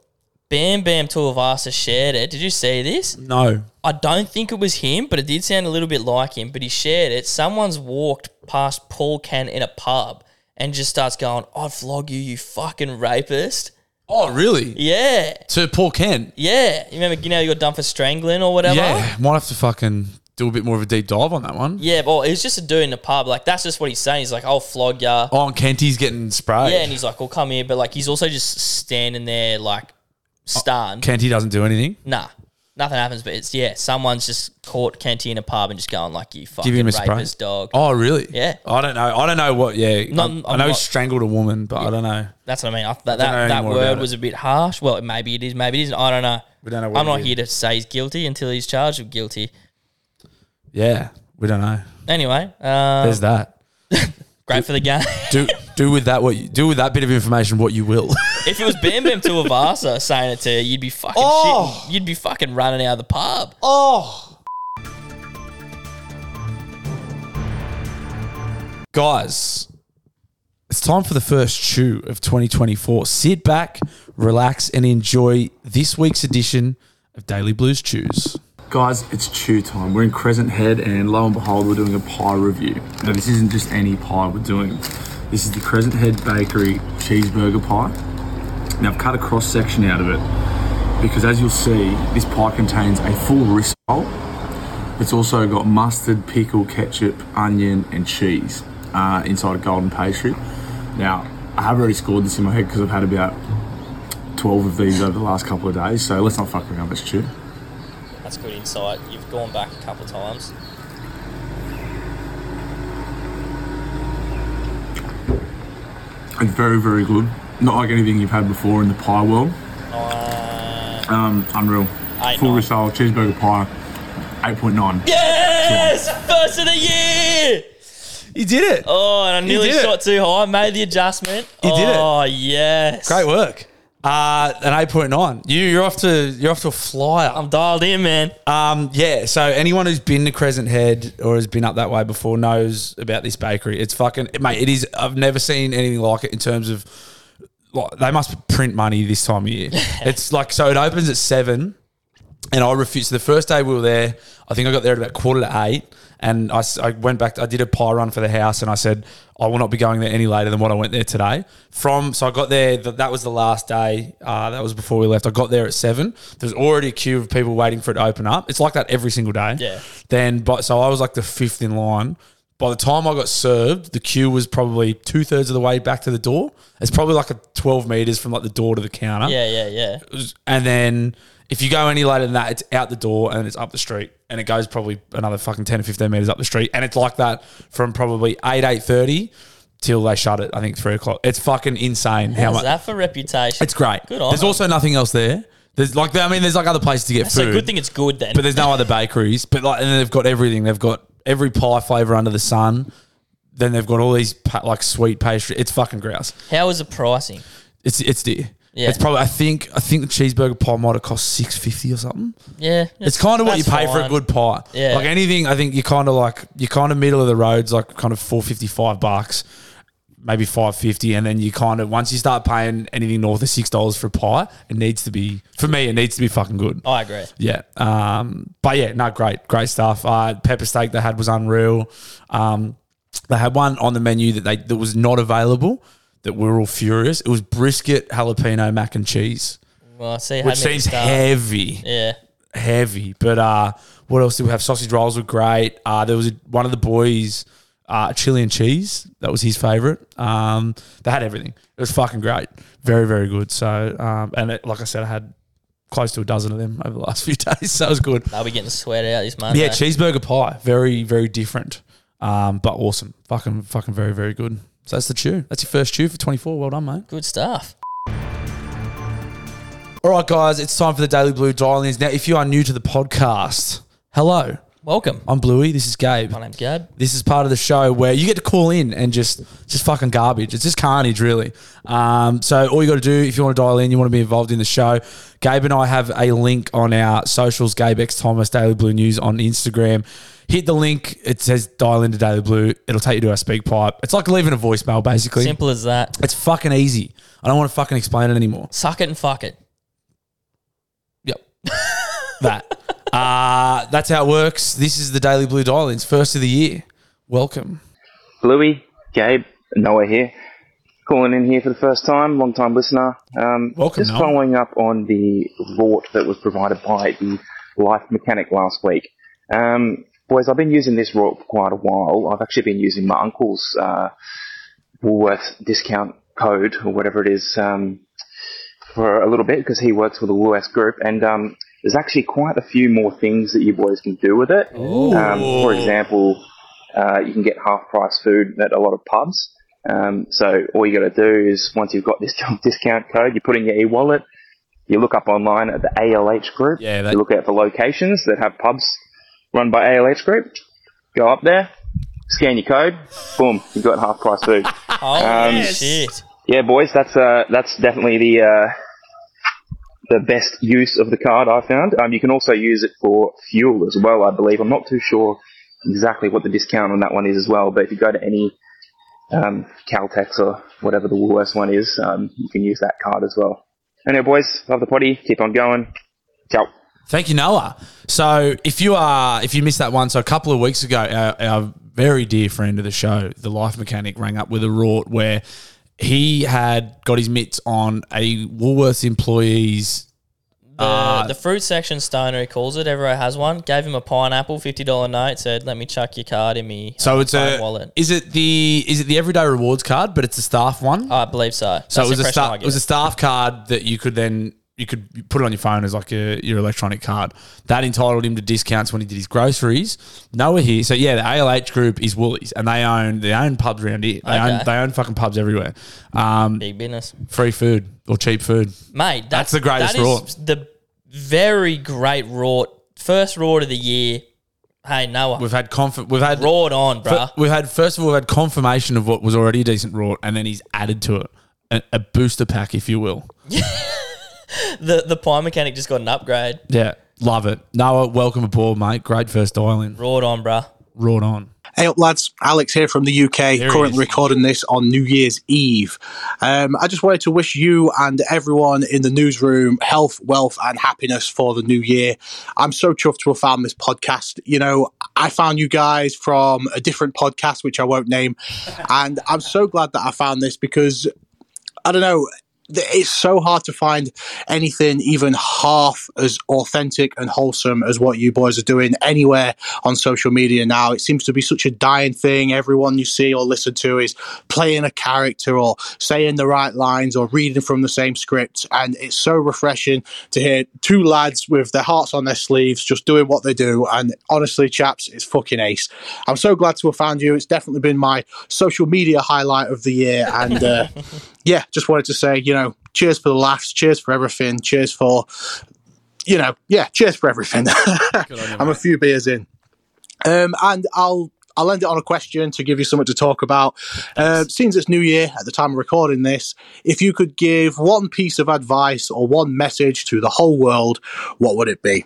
Bam Bam Tuivasa shared it. Did you see this? no, I don't think it was him, but it did sound a little bit like him. But he shared it. Someone's walked past Paul Can in a pub and just starts going, "I'd flog you, you fucking rapist." oh really? Yeah, So Paul Kent, yeah. You remember, you know, you got done for strangling or whatever. yeah, might have to fucking do a bit more of a deep dive on that one. Yeah, but it was just a dude in the pub. Like that's just what he's saying. He's like, "I'll flog ya." Oh, and Kenty's getting sprayed. Yeah, and he's like, "Well, come here," but like he's also just standing there like stunned. Kenty doesn't do anything. Nah, nothing happens. But it's yeah, someone's just caught Kenty in a pub and just going like, "You fucking Give him a spray. rapist dog." Oh, really? Yeah. I don't know. I don't know what. Yeah, Not- I, I I'm know he not- strangled a woman, but I don't know. That's what I mean. I, that that, know any that more word about was a bit harsh. Well, maybe it is, maybe it isn't. I don't know. We don't know what I'm it not is. here to say he's guilty until he's charged with guilty. Yeah, we don't know. Anyway, uh, There's that. great for the game. Do do with that what you, do with that bit of information what you will. if it was Bam Bam Tuivasa saying it to you, you'd be fucking Oh. shit. You'd be fucking running out of the pub. oh, guys, it's time for the first chew of 2024. Sit back, relax, and enjoy this week's edition of Daily Blues Chews. Guys, it's chew time. We're in Crescent Head, and lo and behold, we're doing a pie review. Now, this isn't just any pie we're doing. This is the Crescent Head Bakery cheeseburger pie. Now, I've cut a cross section out of it because, as you'll see, this pie contains a full wrist roll. It's also got mustard, pickle, ketchup, onion, and cheese uh, inside a golden pastry. Now, I have already scored this in my head because I've had about 12 of these over the last couple of days, so let's not fuck around. Let's chew. That's good insight. You've gone back a couple of times. It's very, very good. Not like anything you've had before in the pie world. Uh, Um, unreal. Eight, Full nine. resale cheeseburger pie, 8.9. yes, first of the year. You did it. Oh, and I nearly did it. shot too high. Made the adjustment. You did it. Oh yes, Great work. Uh, an eight point nine. You you're off to you're off to a flyer. I'm dialed in, man. Um, yeah, so anyone who's been to Crescent Head or has been up that way before knows about this bakery. It's fucking mate. It is. I've never seen anything like it in terms of. Like, they must print money this time of year. it's like so. It opens at seven, and I refused. So the first day we were there, I think I got there at about quarter to eight, and I, s- I went back. I did a pie run for the house, and I said I will not be going there any later than what I went there today. From so I got there. That, that was the last day. Uh, that was before we left. I got there at seven. There's already a queue of people waiting for it to open up. It's like that every single day. Yeah. Then, but so I was like the fifth in line. By the time I got served, the queue was probably two thirds of the way back to the door. It's probably like a twelve meters from like the door to the counter Yeah, yeah, yeah. and then if you go any later than that, it's out the door and it's up the street, and it goes probably another fucking ten or fifteen meters up the street, and it's like that from probably eight eight thirty till they shut it. I think three o'clock. It's fucking insane how How's much. that for reputation? It's great. Good on There's them. also nothing else there. There's like I mean, there's like other places to get That's food. a good thing it's good then. But there's no other bakeries. But like, and then they've got everything. They've got every pie flavor under the sun. Then they've got all these pa- like sweet pastry. It's fucking grouse. How is the pricing? It's it's dear. Yeah. It's probably I think I think the cheeseburger pie might have cost six fifty or something. Yeah, It's kind of what you that's pay for a fine. good pie. Yeah. Like anything, I think you kind of like you kind of middle of the roads, like kind of four fifty five bucks, maybe five fifty, and then you kind of once you start paying anything north of six dollars for a pie, it needs to be for me. It needs to be fucking good. I agree. Yeah. Um, but yeah, no, great, great stuff. Uh, pepper steak they had was unreal. Um, they had one on the menu that they that was not available. That we were all furious. It was brisket, jalapeno, mac and cheese, Well, I see, had me which at the seems start. heavy, Yeah, heavy. But uh, what else did we have? Sausage rolls were great. Uh, there was a, one of the boys. Uh, chili and cheese that was his favorite um, they had everything it was fucking great very very good so um, and it, like i said i had close to a dozen of them over the last few days so it was good they'll be getting sweat out this month. yeah, cheeseburger pie, very very different, um, but awesome. Fucking fucking very very good. So that's the chew. That's your first chew for 24. Well done, mate. good stuff. All right, guys, it's time for the Daily Blue dial-ins. Now, if you are new to the podcast, hello, Welcome. I'm Bluey. This is Gabe. My name's Gab. This is part of the show where you get to call in and just just fucking garbage. It's just carnage, really. Um, so all you got to do if you want to dial in, you want to be involved in the show. Gabe and I have a link on our socials: Gabe X Thomas Daily Blue News on Instagram. Hit the link. It says dial into Daily Blue. It'll take you to our speak pipe. It's like leaving a voicemail, basically. Simple as that. It's fucking easy. I don't want to fucking explain it anymore. Suck it and fuck it. Yep. that. Uh, that's how it works. This is the Daily Blue dial-ins, first of the year. Welcome. Bluey, Gabe, Noah here, calling in here for the first time, long time listener. Um, Welcome, Just Noah. following up on the vort that was provided by the life mechanic last week. Um, boys, I've been using this vort for quite a while. I've actually been using my uncle's uh, Woolworths discount code or whatever it is um, for a little bit because he works with the Woolworths group and. Um, there's actually quite a few more things that you boys can do with it. Um, for example, uh, you can get half price food at a lot of pubs. Um, so all you got to do is once you've got this discount code, you put in your e-wallet, you look up online at the ALH group. Yeah, that- you look out for locations that have pubs run by ALH group. Go up there, scan your code, boom, you've got half price food. Oh shit! yeah, boys, that's uh, that's definitely the uh, the best use of the card I found. Um, you can also use it for fuel as well, I believe. I'm not too sure exactly what the discount on that one is as well, but if you go to any um, Caltex or whatever the Woolworths one is, um, you can use that card as well. Anyway, boys, love the potty. Keep on going. Ciao. Thank you, Noah. So if you are if you missed that one, so a couple of weeks ago, our, our very dear friend of the show, the life mechanic, rang up with a rort where he had got his mitts on a Woolworths employee's. The, the fruit section stoner he calls it. Everyone has one. Gave him a pineapple, fifty dollar note. Said, "Let me chuck your card in me." um, So it's a wallet. Is it the is it the everyday rewards card? But it's a staff one. I believe so. So That's it was the a impression sta- I it get. was a staff card that you could then you could put it on your phone as like a, your electronic card. That entitled him to discounts when he did his groceries. Nowhere here. So yeah, the ALH group is Woolies, and they own they own pubs around here. They own Okay. they own fucking pubs everywhere. Um, Big business, free food or cheap food. mate. That, That's the greatest that is rort. The very great rort. First rort of the year. Hey Noah, We've had conf- we've had rort on, fir- bruh. we've had first of all we've had confirmation of what was already a decent rort, and then he's added to it a, a booster pack, if you will. the the pie mechanic just got an upgrade. Yeah, love it. Noah, welcome aboard, mate. Great first dial in. Rort on, bruh. Rort on. Hey up, lads. Alex here from the UK, There he currently is. recording this on New Year's Eve. Um, I just wanted to wish you and everyone in the newsroom health, wealth, and happiness for the new year. I'm so chuffed to have found this podcast. You know, I found you guys from a different podcast, which I won't name. And I'm so glad that I found this because I don't know. th- It's so hard to find anything even half as authentic and wholesome as what you boys are doing anywhere on social media now. It seems to be such a dying thing. Everyone you see or listen to is playing a character or saying the right lines or reading from the same script. And it's so refreshing to hear two lads with their hearts on their sleeves just doing what they do. And honestly, chaps, it's fucking ace. I'm so glad to have found you. It's definitely been my social media highlight of the year. And, uh, yeah, just wanted to say, you know, Cheers for the laughs. Cheers for everything. Cheers for, you know, yeah, cheers for everything. I'm a few beers in. Um, and I'll I'll end it on a question to give you something to talk about. Uh, since it's New Year at the time of recording this, if you could give one piece of advice or one message to the whole world, what would it be?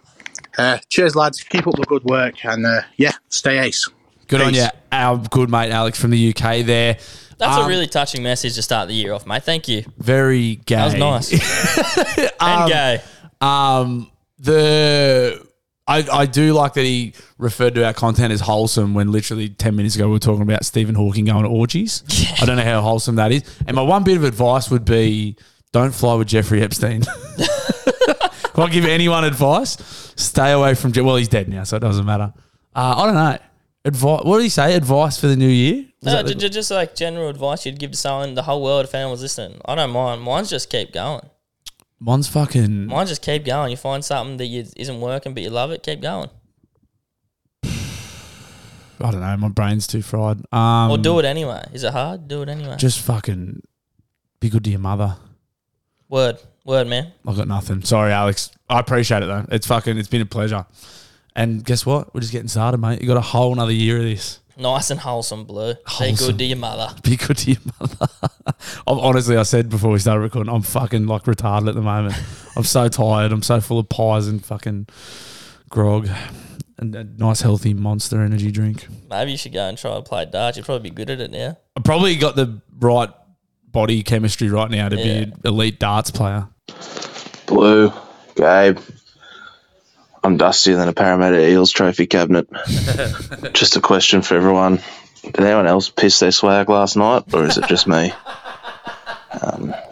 Uh, cheers, lads. Keep up the good work, and uh, yeah, stay ace. Good on Peace. you, our good mate Alex from the UK. There, That's a Um, really touching message to start the year off, mate. Thank you. very gay. That was nice. and gay. Um, the I, I do like that he referred to our content as wholesome when literally 10 minutes ago we were talking about Stephen Hawking going to orgies. I don't know how wholesome that is. And my one bit of advice would be don't fly with Jeffrey Epstein. If I give anyone advice, stay away from Jeff. Well, he's dead now, so it doesn't matter. Uh, I don't know. Advice. What did he say? Advice for the new year? Was No, that the- ju- ju- Uh, just like general advice you'd give to someone, the whole world, if anyone's listening. I don't mind. Mine's just keep going. Mine's fucking. Mine just keep going. You find something that you, isn't working, but you love it, keep going. I don't know. My brain's too fried. Um, Or do it anyway. Is it hard? Do it anyway. Just fucking be good to your mother. Word. Word, man. I've got nothing. Sorry, Alex. I appreciate it though. It's fucking. It's been a pleasure. And guess what? We're just getting started, mate. You got a whole another year of this. Nice and wholesome, Blue. Be Wholesome. good to your mother. Be good to your mother. I'm, honestly, I said before we started recording, I'm fucking like retarded at the moment. I'm so tired. I'm so full of pies and fucking grog and a nice healthy monster energy drink. Maybe you should go and try and play darts. You'd probably be good at it now. I probably got the right body chemistry right now to be Yeah. an elite darts player. Blue, Gabe. I'm dustier than a Parramatta Eels trophy cabinet. just a question for everyone. Did anyone else piss their swag last night, or is it just me? Um,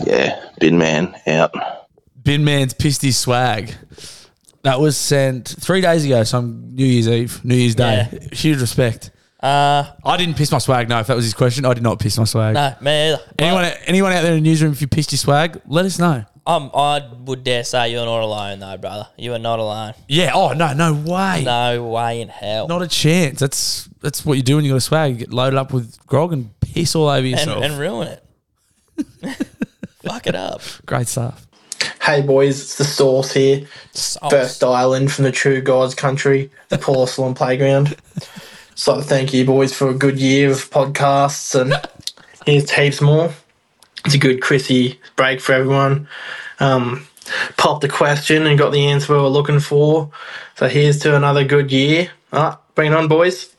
yeah, bin man out. Bin Man's pissed his swag. That was sent three days ago, some New Year's Eve, New Year's Day. Huge respect. Uh, I didn't piss my swag. No, if that was his question, I did not piss my swag. no, me either. Anyone, anyone out there in the newsroom, if you pissed your swag, let us know. Um, I would dare say you're not alone, though, brother. You are not alone. Yeah. Oh no, no way. No way in hell. Not a chance. That's that's what you do when you got a swag. You get loaded up with grog and piss all over and, yourself. and ruin it. Fuck it up. Great stuff. Hey boys, it's the source here. Sauce. First island from the true God's country, the porcelain playground. So thank you boys for a good year of podcasts and here's heaps more. It's a good Chrissy break for everyone. Um, popped a question and got the answer we were looking for. So here's to another good year. Ah, bring it on boys.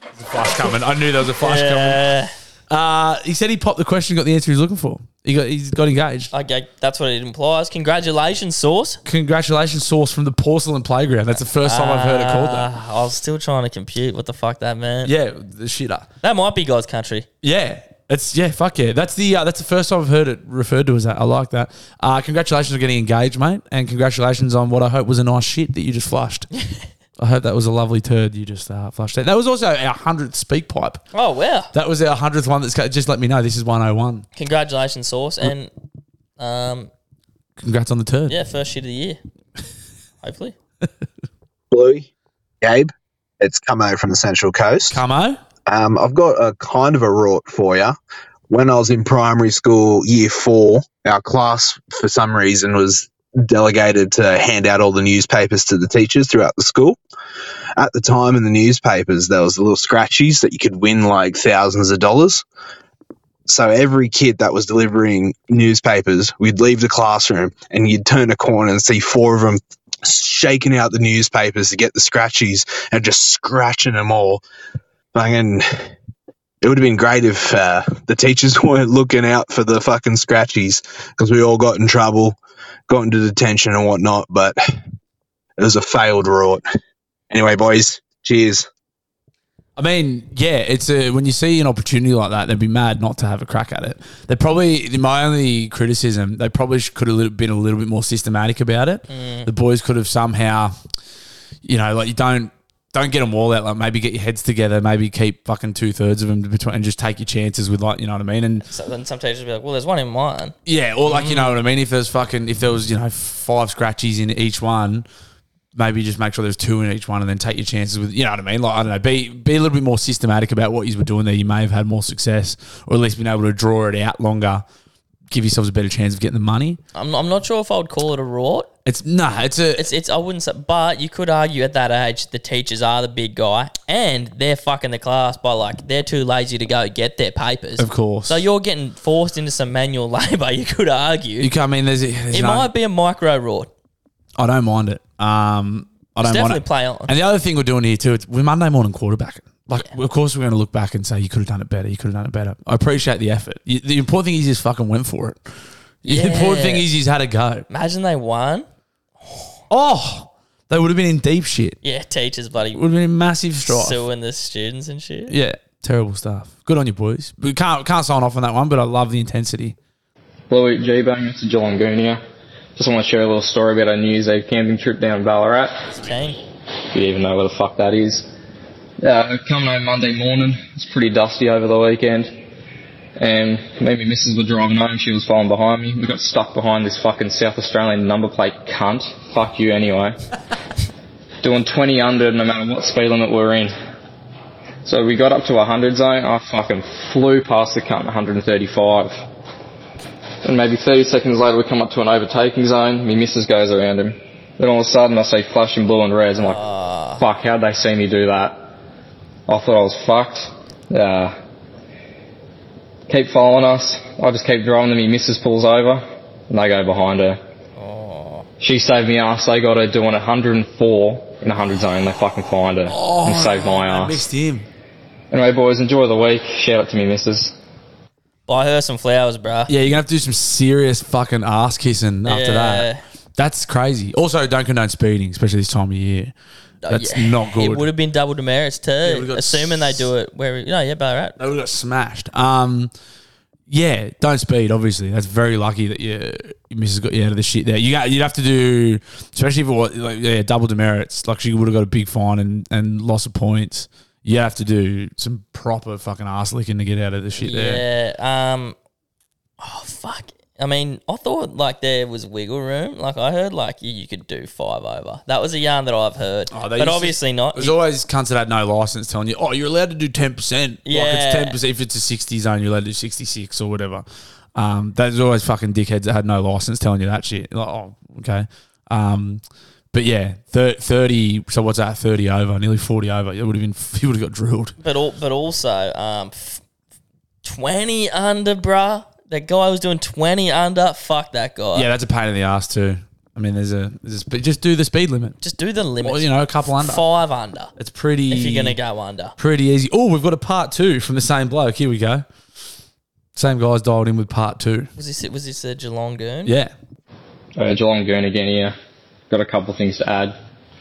Flash coming. I knew there was a flash coming. Yeah, Uh, he said he popped the question, got the answer he was looking for. He got he's got engaged. okay, that's what it implies. Congratulations, Source. Congratulations, source from the porcelain playground. That's the first time I've heard it called that. Uh, I was still trying to compute what the fuck that meant. Yeah, the shitter. That might be God's country. Yeah. It's yeah, fuck yeah. That's the uh, that's the first time I've heard it referred to as that. I like that. Uh, congratulations on getting engaged, mate, and congratulations on what I hope was a nice shit that you just flushed. I hope that was a lovely turd you just uh, flushed. There. That was also our hundredth speak pipe. Oh, wow. That was our hundredth one. That's got- just let me know. This is one hundred and one. Congratulations, Source. And um, Congrats on the turd. yeah, first shit of the year. Hopefully. Bluey, Gabe. It's Camo from the Central Coast. Camo. Um, I've got a kind of a rort for you. When I was in primary school, year four, our class, for some reason, was delegated to hand out all the newspapers to the teachers throughout the school. At the time, in the newspapers, there was the little scratchies that you could win like thousands of dollars. So every kid that was delivering newspapers, we'd leave the classroom and you'd turn a corner and see four of them shaking out the newspapers to get the scratchies and just scratching them all fucking it would have been great if uh, the teachers weren't looking out for the fucking scratchies because we all got in trouble, got into detention and whatnot. But it was a failed rort. Anyway, boys, cheers. I mean, yeah, it's a when you see an opportunity like that, they'd be mad not to have a crack at it. They probably my only criticism, they probably sh- could have little- been a little bit more systematic about it. The boys could have somehow, you know, like you don't don't get them all out. Like maybe get your heads together, maybe keep fucking two thirds of them between, and just take your chances with like you know what I mean. And So then some teachers will be like, well, there's one in mine. yeah, or Mm. like you know what I mean. If there's fucking if there was you know five scratchies in each one, maybe just make sure there's two in each one, and then take your chances with you know what I mean. Like I don't know, be be a little bit more systematic about what you were doing there. You may have had more success, or at least been able to draw it out longer give yourselves a better chance of getting the money. I'm, I'm not sure if I would call it a rort. It's nah, it's a It's, it's I wouldn't say, but you could argue at that age the teachers are the big guy and they're fucking the class by like they're too lazy to go get their papers. Of course. So you're getting forced into some manual labour. You could argue. you can I mean there's, there's it no, might be a micro rort. I don't mind it. Um, I don't mind definitely it. play on. And the other thing we're doing here too, it's we're Monday morning quarterbacking. Like, of course, we're going to look back and say you could have done it better. You could have done it better. I appreciate the effort. You, the important thing is he's fucking went for it. The important Yeah. thing is he's had a go. Imagine they won. Oh, they would have been in deep shit. Yeah, teachers bloody Would have been in massive strife. suing the students and shit. yeah, terrible stuff. Good on you, boys. We can't can't sign off on that one, but I love the intensity. Louis G Bang, it's a Geelongoon here. Just want to share a little story about our New Year's Eve camping trip down Ballarat. King. If you even know where the fuck that is. Uh, coming home Monday morning, it's pretty dusty over the weekend. And me and my missus were driving home, she was following behind me. We got stuck behind this fucking South Australian number plate cunt. Fuck you anyway. Doing 20 under no matter what speed limit we're in. So we got up to a 100 zone, I fucking flew past the cunt 135. And maybe 30 seconds later, we come up to an overtaking zone. Me missus goes around him. Then all of a sudden, I see flashing blue and reds. I'm like, fuck, how'd they see me do that? I thought I was fucked. Uh, keep following us. I just keep driving. Then me missus pulls over, and they go behind her. She saved me ass. They got her doing 104 in a 100 zone. They fucking find her and saved I my ass. missed him. Anyway, boys, enjoy the week. Shout out to me missus. Buy her some flowers, bruh. Yeah, you're gonna have to do some serious fucking ass kissing after that. That's crazy. Also, don't condone speeding, especially this time of year. That's Oh, yeah. not good. It would have been double demerits too, would've got assuming they do it where no, yeah, Ballarat. They would have got smashed. Um, yeah, don't speed. Obviously, that's very lucky that you, your missus got you out of the shit there. You got, you'd have to do, especially if it was like yeah, double demerits. Like she would have got a big fine and and loss of points. You have to do some proper fucking ass licking to get out of the shit there. Yeah. Um. Oh fuck. I mean, I thought like there was wiggle room. Like I heard like you, you could do five over. That was a yarn that I've heard, Oh, they but used to- obviously not. There's always cunts that had no license telling you, oh, you're allowed to do 10%. Like it's Yeah. 10%. If it's a 60 zone, you're allowed to do 66 or whatever. Um, there's always fucking dickheads that had no license telling you that shit. Like, oh, okay. Um, but yeah, thir- 30, so what's that? 30 over, nearly 40 over. It would have been, he would have got drilled. But all, but also, um, f- twenty under, bruh. That guy was doing twenty under. Fuck that guy. Yeah, that's a pain in the ass too. I mean, there's a, there's a sp- just do the speed limit. Just do the limit. Or, you know, a couple under. Five under. It's pretty, If you're gonna go under. pretty easy. Oh, we've got a part two from the same bloke. Here we go. Same guy's dialed in with part two. Was this was this a Geelong goon? Yeah. Uh, Geelong Goon again here. Got a couple of things to add,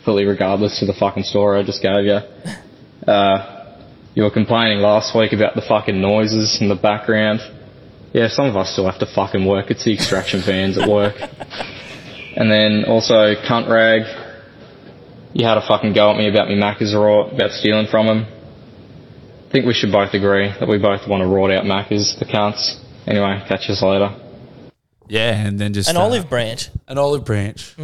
fully regardless to the fucking story I just gave you. Uh, you were complaining last week about the fucking noises in the background. Yeah, some of us still have to fucking work. It's the extraction vans at work. And then also, cunt rag. You had a fucking go at me about me Macca's rort, about stealing from him. I think we should both agree that we both want to rort out Macca's, the cunts. Anyway, catch us later. Yeah, and then just An uh, olive branch. an olive branch,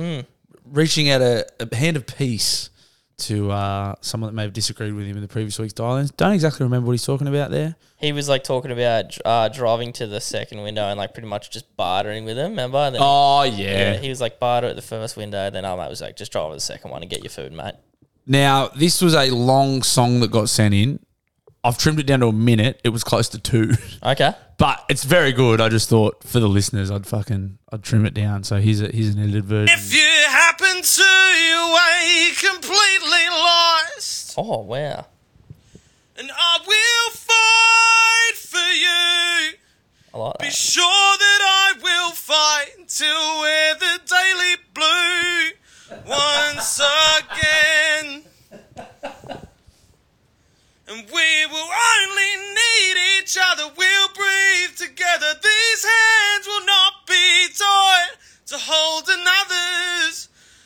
reaching out a, a hand of peace to uh, someone that may have disagreed with him in the previous week's dial-ins. Don't exactly remember what he's talking about there. He was like talking about uh, driving to the second window and like pretty much just bartering with him. Remember? And then he Oh Yeah, he was like barter at the first window. Then our mate was like, just drive to the second one and get your food, mate. Now this was a long song that got sent in. I've trimmed it down to a minute. It was close to two, Okay. but it's very good. I just thought for the listeners, I'd fucking I'd trim it down. So here's a, here's an edited version. Oh wow. And I will fight for you. I like that.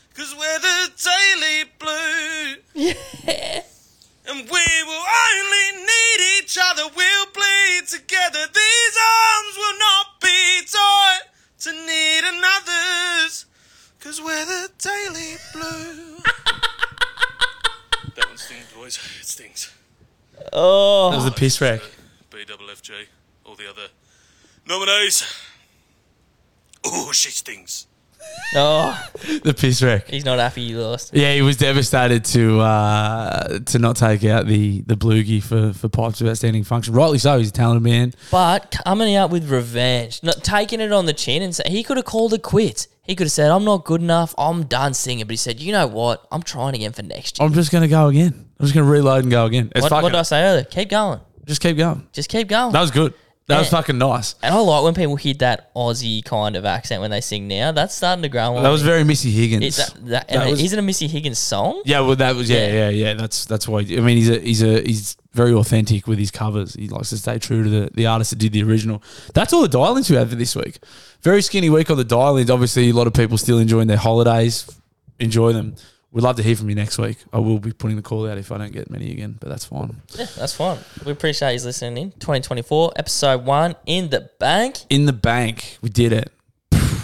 That was the piss wreck. BWFG, all the other nominees. Oh, she stinks. Oh, the piss wreck. he's not happy you lost. Yeah, he was devastated to uh, to not take out the the bloogie for for Pipes' outstanding function. Rightly so. He's a talented man. But coming out with revenge, not taking it on the chin, and say, he could have called it quits. He could have said, "I'm not good enough. I'm done singing." But he said, "You know what? I'm trying again for next year." I'm just gonna go again. I'm just gonna reload and go again. Oh, It's What, what fucking, did I say earlier? Keep going. just keep going. Just keep going. That was good. That was Yeah. fucking nice. and I like when people hear that Aussie kind of accent when they sing. Now that's starting to grow on. That was very Missy Higgins. Is that, that, That and was- isn't a Missy Higgins song? yeah, well, that was yeah, Yeah. yeah, yeah. That's that's why. I mean, he's a he's a he's very authentic with his covers. He likes to stay true to the the artist that did the original. That's all the dial-ins we had for this week. Very skinny week on the dial-ins. Obviously, a lot of people still enjoying their holidays. Enjoy them. We'd love to hear from you next week. I will be putting the call out if I don't get many again, but that's fine. Yeah, that's fine. We appreciate you listening in. 2024 episode one in the bank. In the bank, we did it.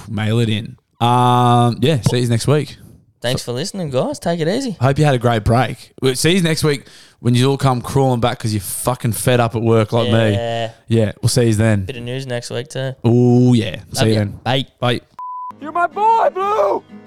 Mail it in. Um, yeah. See you next week. Thanks for listening, guys. Take it easy. Hope you had a great break. We'll see you next week when you all come crawling back because you're fucking fed up at work like me. Yeah. Yeah, we'll see you then. Bit of news next week too. Oh, yeah. See Love you ya. then. Bye. Bye. You're my boy, Blue!